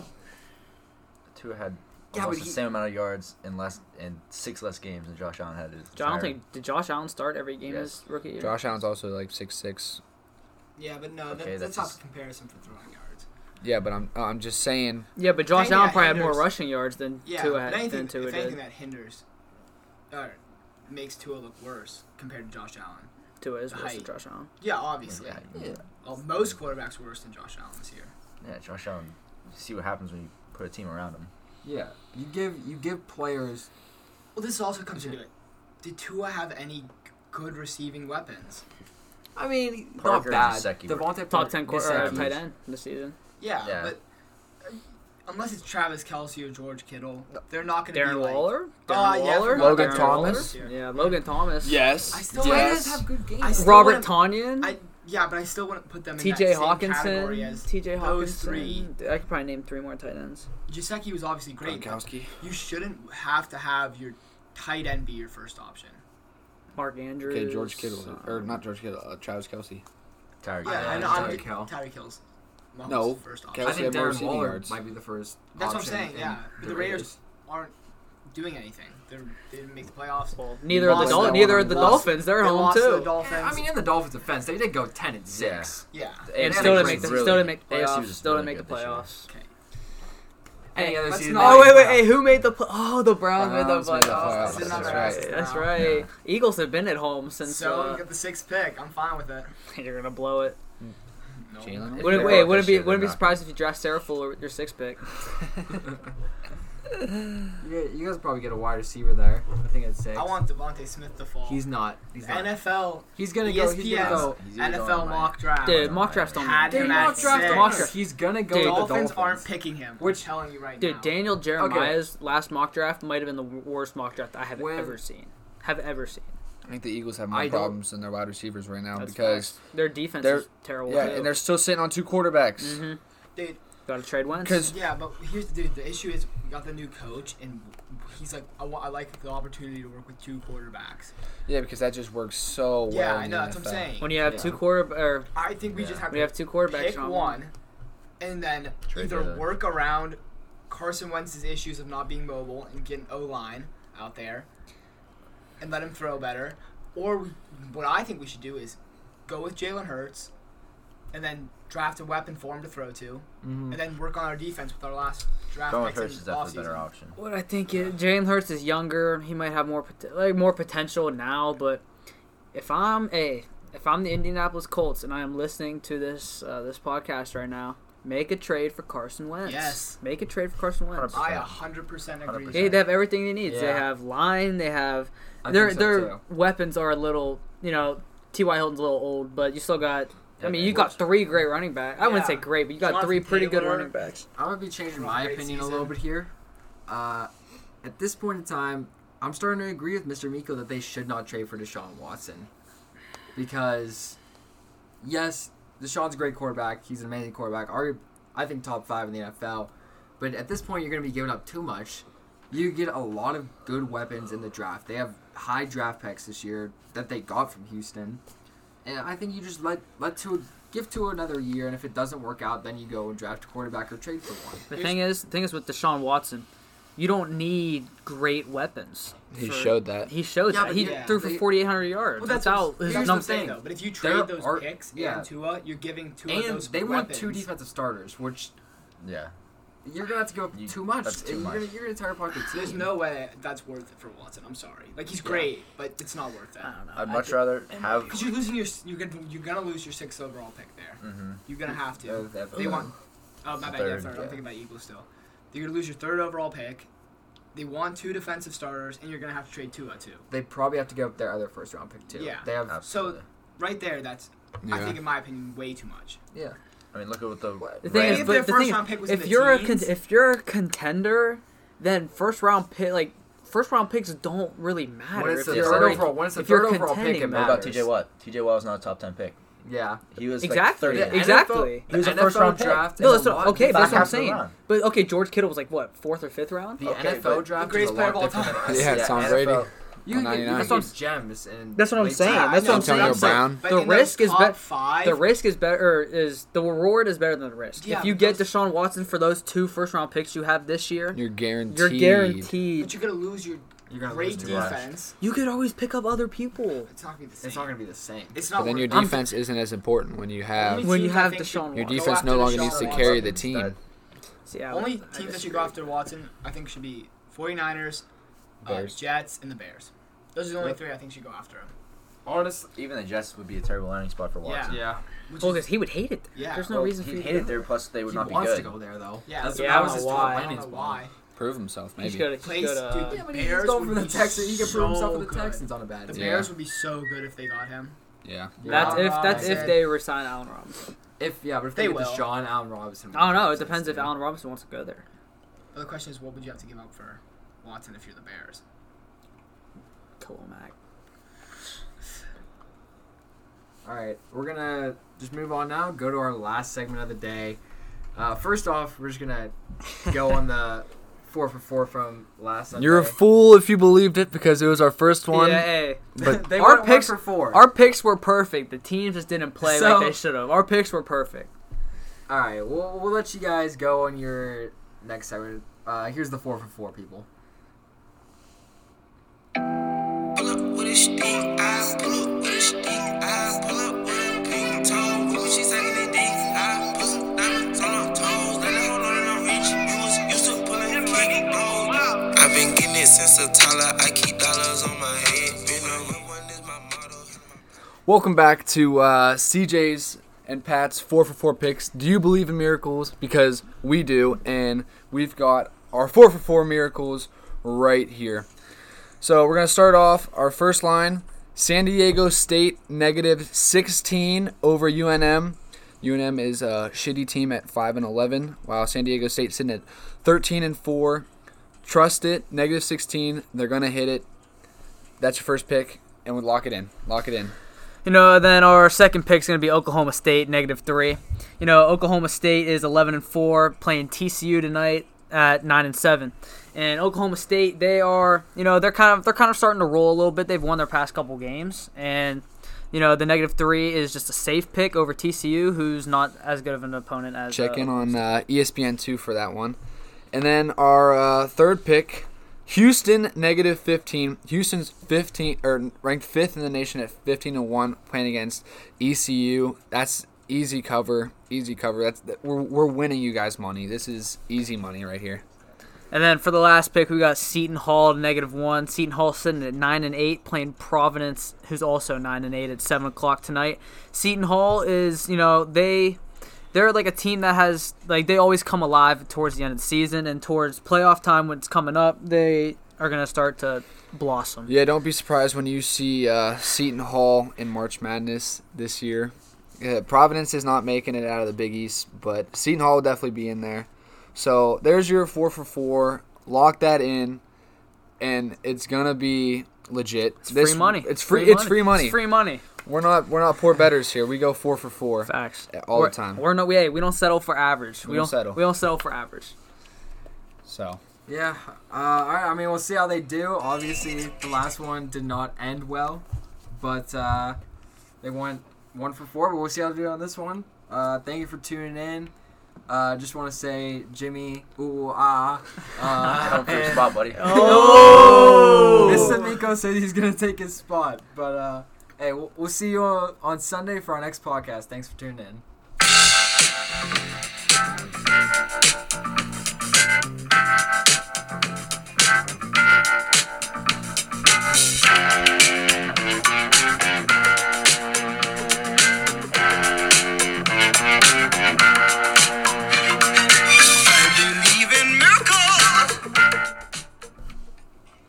Tua had Yeah, almost but the he- same amount of yards in less in six less games than Josh Allen had. His John, I don't entire- think did Josh Allen start every game Yes. as rookie year? Josh Allen's also like six six. Yeah, but no, Okay, that, that's that's not just- a comparison for throwing yards. Yeah, but I'm I'm just saying. Yeah, but Josh Maybe Allen that probably had more hinders- rushing yards than Yeah, Tua but had anything, than Tua if anything did. that hinders or makes Tua look worse compared to Josh Allen. Tua is worse than height. Josh Allen. Yeah, obviously. Yeah, Yeah. Well, most quarterbacks were worse than Josh Allen this year. yeah, Josh Allen. You see what happens when you put a team around him. Yeah, you give you give players. Well, this also comes into it. Did Tua have any good receiving weapons? I mean, Parker and not bad. Gesicki were Devontae Top Parker- ten quar- uh, Gesicki. tight end this season. Yeah, Yeah. but uh, unless it's Travis Kelsey or George Kittle, they're not going to be Darren like, Waller, Oh, Darren yeah, I Waller, forgot Logan Darren Thomas? Waller? yeah, Logan Thomas, I Yes. still Players have good games. I still Robert wouldn't- Tonyan, I yeah, but I still wouldn't put them in that T.J. same Hawkinson, category as T.J. those Hawkinson. three. Dude, I could probably name three more tight ends. Jaceki was obviously great. but Gronkowski. You shouldn't have to have your tight end be your first option. Mark Andrews. Okay, George Kittle or um, not George Kittle, uh, Travis Kelsey. Tyreek Yeah, Hill. I know. Tyreek I'm Hill. Tyreek Hill's Mahomes' No, first option. I Kelsey think had more Darren receiving Waller yards. might be the first. That's what I'm option saying. in Yeah, but the Raiders aren't doing anything. They're, they didn't make the playoffs. Neither are the Lost Dol- that neither one. are the Lost- Dolphins. They're they home lost to the too. Dolphins. I mean, in the Dolphins' defense, they did go ten and six. yeah. And Yeah, still they didn't make the really- still didn't make the AFC was playoffs. just Still didn't really make the good this year. playoffs. Okay. Any Hey, other let's season? not- they Oh wait, wait, made hey, playoffs. who made the pl- oh the Browns, Browns made made the the playoffs. playoffs, That's that's right. right. That's right. Eagles have been at home since. so uh, we get the sixth pick. I'm fine with it. you're gonna blow it. No. Jalen. If Wouldn't, they wait, were wouldn't this be year, wouldn't be they're not. surprised if you draft Sarah Fuller with your sixth pick. You guys- You guys probably get a wide receiver there. I think it's six. I want Devonte Smith to fall. He's not. He's not. NFL He's gonna go. He's gonna ESPN. go. He's either going NFL to mock Miami. draft. Dude, mock drafts don't. Had They him mock at draft six. him. Mock draft. He's gonna go. to Dude, The the Dolphins, Dolphins aren't picking him. We're Which- telling you right Dude, now. Daniel Jeremiah's last mock draft might have been the worst mock draft I have When- ever seen. Have ever seen. I think the Eagles have more I don't- problems than their wide receivers right now That's Oh, because Their defense They're- is terrible. yeah, too. and they're still sitting on two quarterbacks. Mhm. Dude, Gotta trade Wentz. 'Cause- yeah, but here's dude. The issue is we got the new coach, and he's like, I, wa- I like the opportunity to work with two quarterbacks. Yeah, because that just works so well. yeah, I in the know. That's what I'm NFL. saying. when you have Yeah. two quarter or I think we Yeah. just have we to have two quarterbacks pick Sean. one, and then Trade either the- work around Carson Wentz's issues of not being mobile and get an O line out there, and let him throw better, or we, what I think we should do is go with Jalen Hurts, and then draft a weapon for him to throw to, Mhm. and then work on our defense with our last draft Going with picks in Hurts is definitely a better offseason. option. What I think is Jalen Hurts is younger. He might have more pot- like more potential now, but if I'm a if I'm the Indianapolis Colts and I am listening to this uh, this podcast right now, make a trade for Carson Wentz. Yes. make a trade for Carson Wentz. I 100% agree. 100%. They, they have everything they need. They Yeah. have line. They have I their think so, their too. weapons are a little. You know, T. Y. Hilton's a little old, but you still got. I Yeah, mean, they you got worked. three great running backs. I wouldn't Yeah. say great, but you got Jonathan three pretty good Taylor. running backs. I'm gonna be changing Rough my grade opinion a season. little bit here. Uh, at this point in time, I'm starting to agree with Mr. Miko that they should not trade for Deshaun Watson because, yes, Deshaun's a great quarterback. He's an amazing quarterback. Argu- I think top five in the NFL. But at this point, you're gonna be giving up too much. You get a lot of good weapons in the draft. They have high draft picks this year that they got from Houston. And I think you just let let to give to another year, and if it doesn't work out, then you go and draft a quarterback or trade for one. The thing is, the thing is with Deshaun Watson, you don't need great weapons. He for- showed that. He showed Yeah, that. but He yeah, threw for they- 4,800 yards. Well, that's that's how. what's- Here's His what what I'm I'm numbers. saying saying. though, but if you There trade those are- picks yeah. and Tua, you're giving Tua And those they want weapons. two defensive starters, which Yeah. you're gonna have to give up You- too much. that's too you're much. gonna you're gonna tear apart the team. There's no way that's worth it for Watson. I'm sorry. Like he's Yeah. great, but it's not worth that. I don't know. I'd I much ju- rather Because have. you're losing your, s- you're gonna, you're gonna lose your sixth overall pick there. hmm You're gonna have Yeah, to. that- They want. Oh, my bad. Yeah, Third, third. I'm yeah. thinking about Eagles still. You're gonna lose your third overall pick. They want two defensive starters, and you're gonna have to trade Tua too. They probably have to give up their other first round pick too. Yeah. They have Absolutely. Right there, that's I think in my opinion way too much. yeah. I mean, look at what the. What? The thing If their is, but the first thing, round pick was in if the you're a teens- con- if you're a contender, then first round pick like first round picks don't really matter. When it's if the you're third like- overall- when it's the if you're third overall pick, contending, it What man. about matters. T.J. Watt? T.J. Watt was not a top ten pick. Yeah. He was Exactly. Like 30th. Exactly. NFL, He was the a first NFL round pick. draft. No, is that's a what, lot okay, but that's back what I'm half of the saying. round. But okay, George Kittle was like what fourth or fifth round. The Okay, NFL but draft the greatest is a player lot of all different time. than Yeah, us. it's Tom NFL Brady. You can get, you can 99. get gems and That's what I'm saying. Yeah, I That's know, what I'm but saying. Antonio I'm saying Brown. But The in those risk is top bet- Five. The risk is better. Is the reward is better than the risk. Yeah, if you but get those- Deshaun Watson for those two first round picks you have this year, You're guaranteed. you're guaranteed. But you're gonna lose your You're gonna great lose too much. defense. You could always pick up other people. It's not gonna be the same. It's not gonna be the same. It's But not. then your worth I'm- defense isn't as important when you have When you teams I have think Deshaun should Watson. go your Your defense after no longer Deshaun needs to Watson. carry the team. So, yeah, I Only would- I teams that should disagree. go after Watson, I think, should be 49ers, uh, Bears. Jets, and the Bears. Those are the only Yep. three I think should go after him. Honestly, Even the Jets would be a terrible landing spot for Watson. yeah. Which Well, is- because he would hate it. there. Yeah. There's no Well, reason for he you hated to. there. Plus, they would He not be wants good. to go there though. Yeah, That's yeah, that I was don't his know thought why. I don't landing know spot. why. Prove himself, He's maybe. got to. Place, dude, Yeah, the but he's Bears going for would the be Texans. He can prove himself for the so good. Texans on a bad The team. Yeah. Bears would be so good if they got him. Yeah. That's Yeah. if that's Robinson. if they resign Allen Robinson. If yeah, but if They they, get will. Deshaun Allen Robinson, I don't know. It depends if Allen Robinson wants to go there. But the question is, what would you have to give up for Watson if you're the Bears? Khalil Mack. All right, we're gonna just move on now. Go to our last segment of the day. Uh, first off, we're just gonna go on the four for four from last. Sunday. You're a fool if you believed it because it was our first one. Yeah, hey. But they Our went picks one for four. Our picks were perfect. The team just didn't play So- like they should have. Our picks were perfect. All right, we'll we'll let you guys go on your next segment. Uh, here's the four for four, people. Pull up with a stick, I pull up with a stick, I pull up with a pink toe. Ooh, she sucking a dick, I put some diamonds on her toes. Let her hold on and I'm rich. You was used to pulling your kicking gold. I've been getting it since a toddler. I keep dollars on my head. Been a real one is my motto. welcome back to uh, CJ's and Pat's four for four picks. Do you believe in miracles? Because we do, and we've got our four for four miracles right here. So we're gonna start off our first line: San Diego State negative 16 over UNM. UNM is a shitty team at five and 11. Wow, San Diego State sitting at 13 and four. Trust it, negative 16. They're gonna hit it. That's your first pick, and we lock it in. Lock it in. You know, then our second pick's going to be Oklahoma State, negative three. You know, Oklahoma State is 11 and four, playing TCU tonight at nine and seven. And Oklahoma State, they are, you know, they're kind of they're kind of starting to roll a little bit. They've won their past couple games, and you know, the negative three is just a safe pick over TCU, who's not as good of an opponent as. check uh, in on uh, ESPN2 for that one. And then our uh, third pick, Houston negative 15. Houston's 15 or ranked 5th in the nation at 15 and 1 playing against ECU. That's easy cover. Easy cover. That's that, we're, we're winning you guys money. This is easy money right here. And then for the last pick, we got Seton Hall negative one. Seton Hall sitting at nine and eight, playing Providence, who's also nine and eight at seven o'clock tonight. Seton Hall is, you know, they they're like a team that has like they always come alive towards the end of the season and towards playoff time when it's coming up, they are gonna start to blossom. Yeah, don't be surprised when you see uh, Seton Hall in March Madness this year. Uh, Providence is not making it out of the Big East, but Seton Hall will definitely be in there. So there's your four for four. Lock that in, and it's gonna be legit. It's free money. It's free. it's money. free money. It's free money. We're not we're not poor betters here. We go four for four. Facts. All the We're- time. We're no we hey, we don't settle for average. We, don't don't settle. We don't settle for average. So Yeah. Uh, all right. I mean, we'll see how they do. Obviously, the last one did not end well, but uh, they went one for four, but we'll see how to do on this one. Uh, thank you for tuning in. Uh, just want to say, Jimmy, ooh ah. Uh, Come for your spot, buddy. Oh! Mr. Miko said he's gonna take his spot, but uh, hey, we'll, we'll see you on, on Sunday for our next podcast. Thanks for tuning in.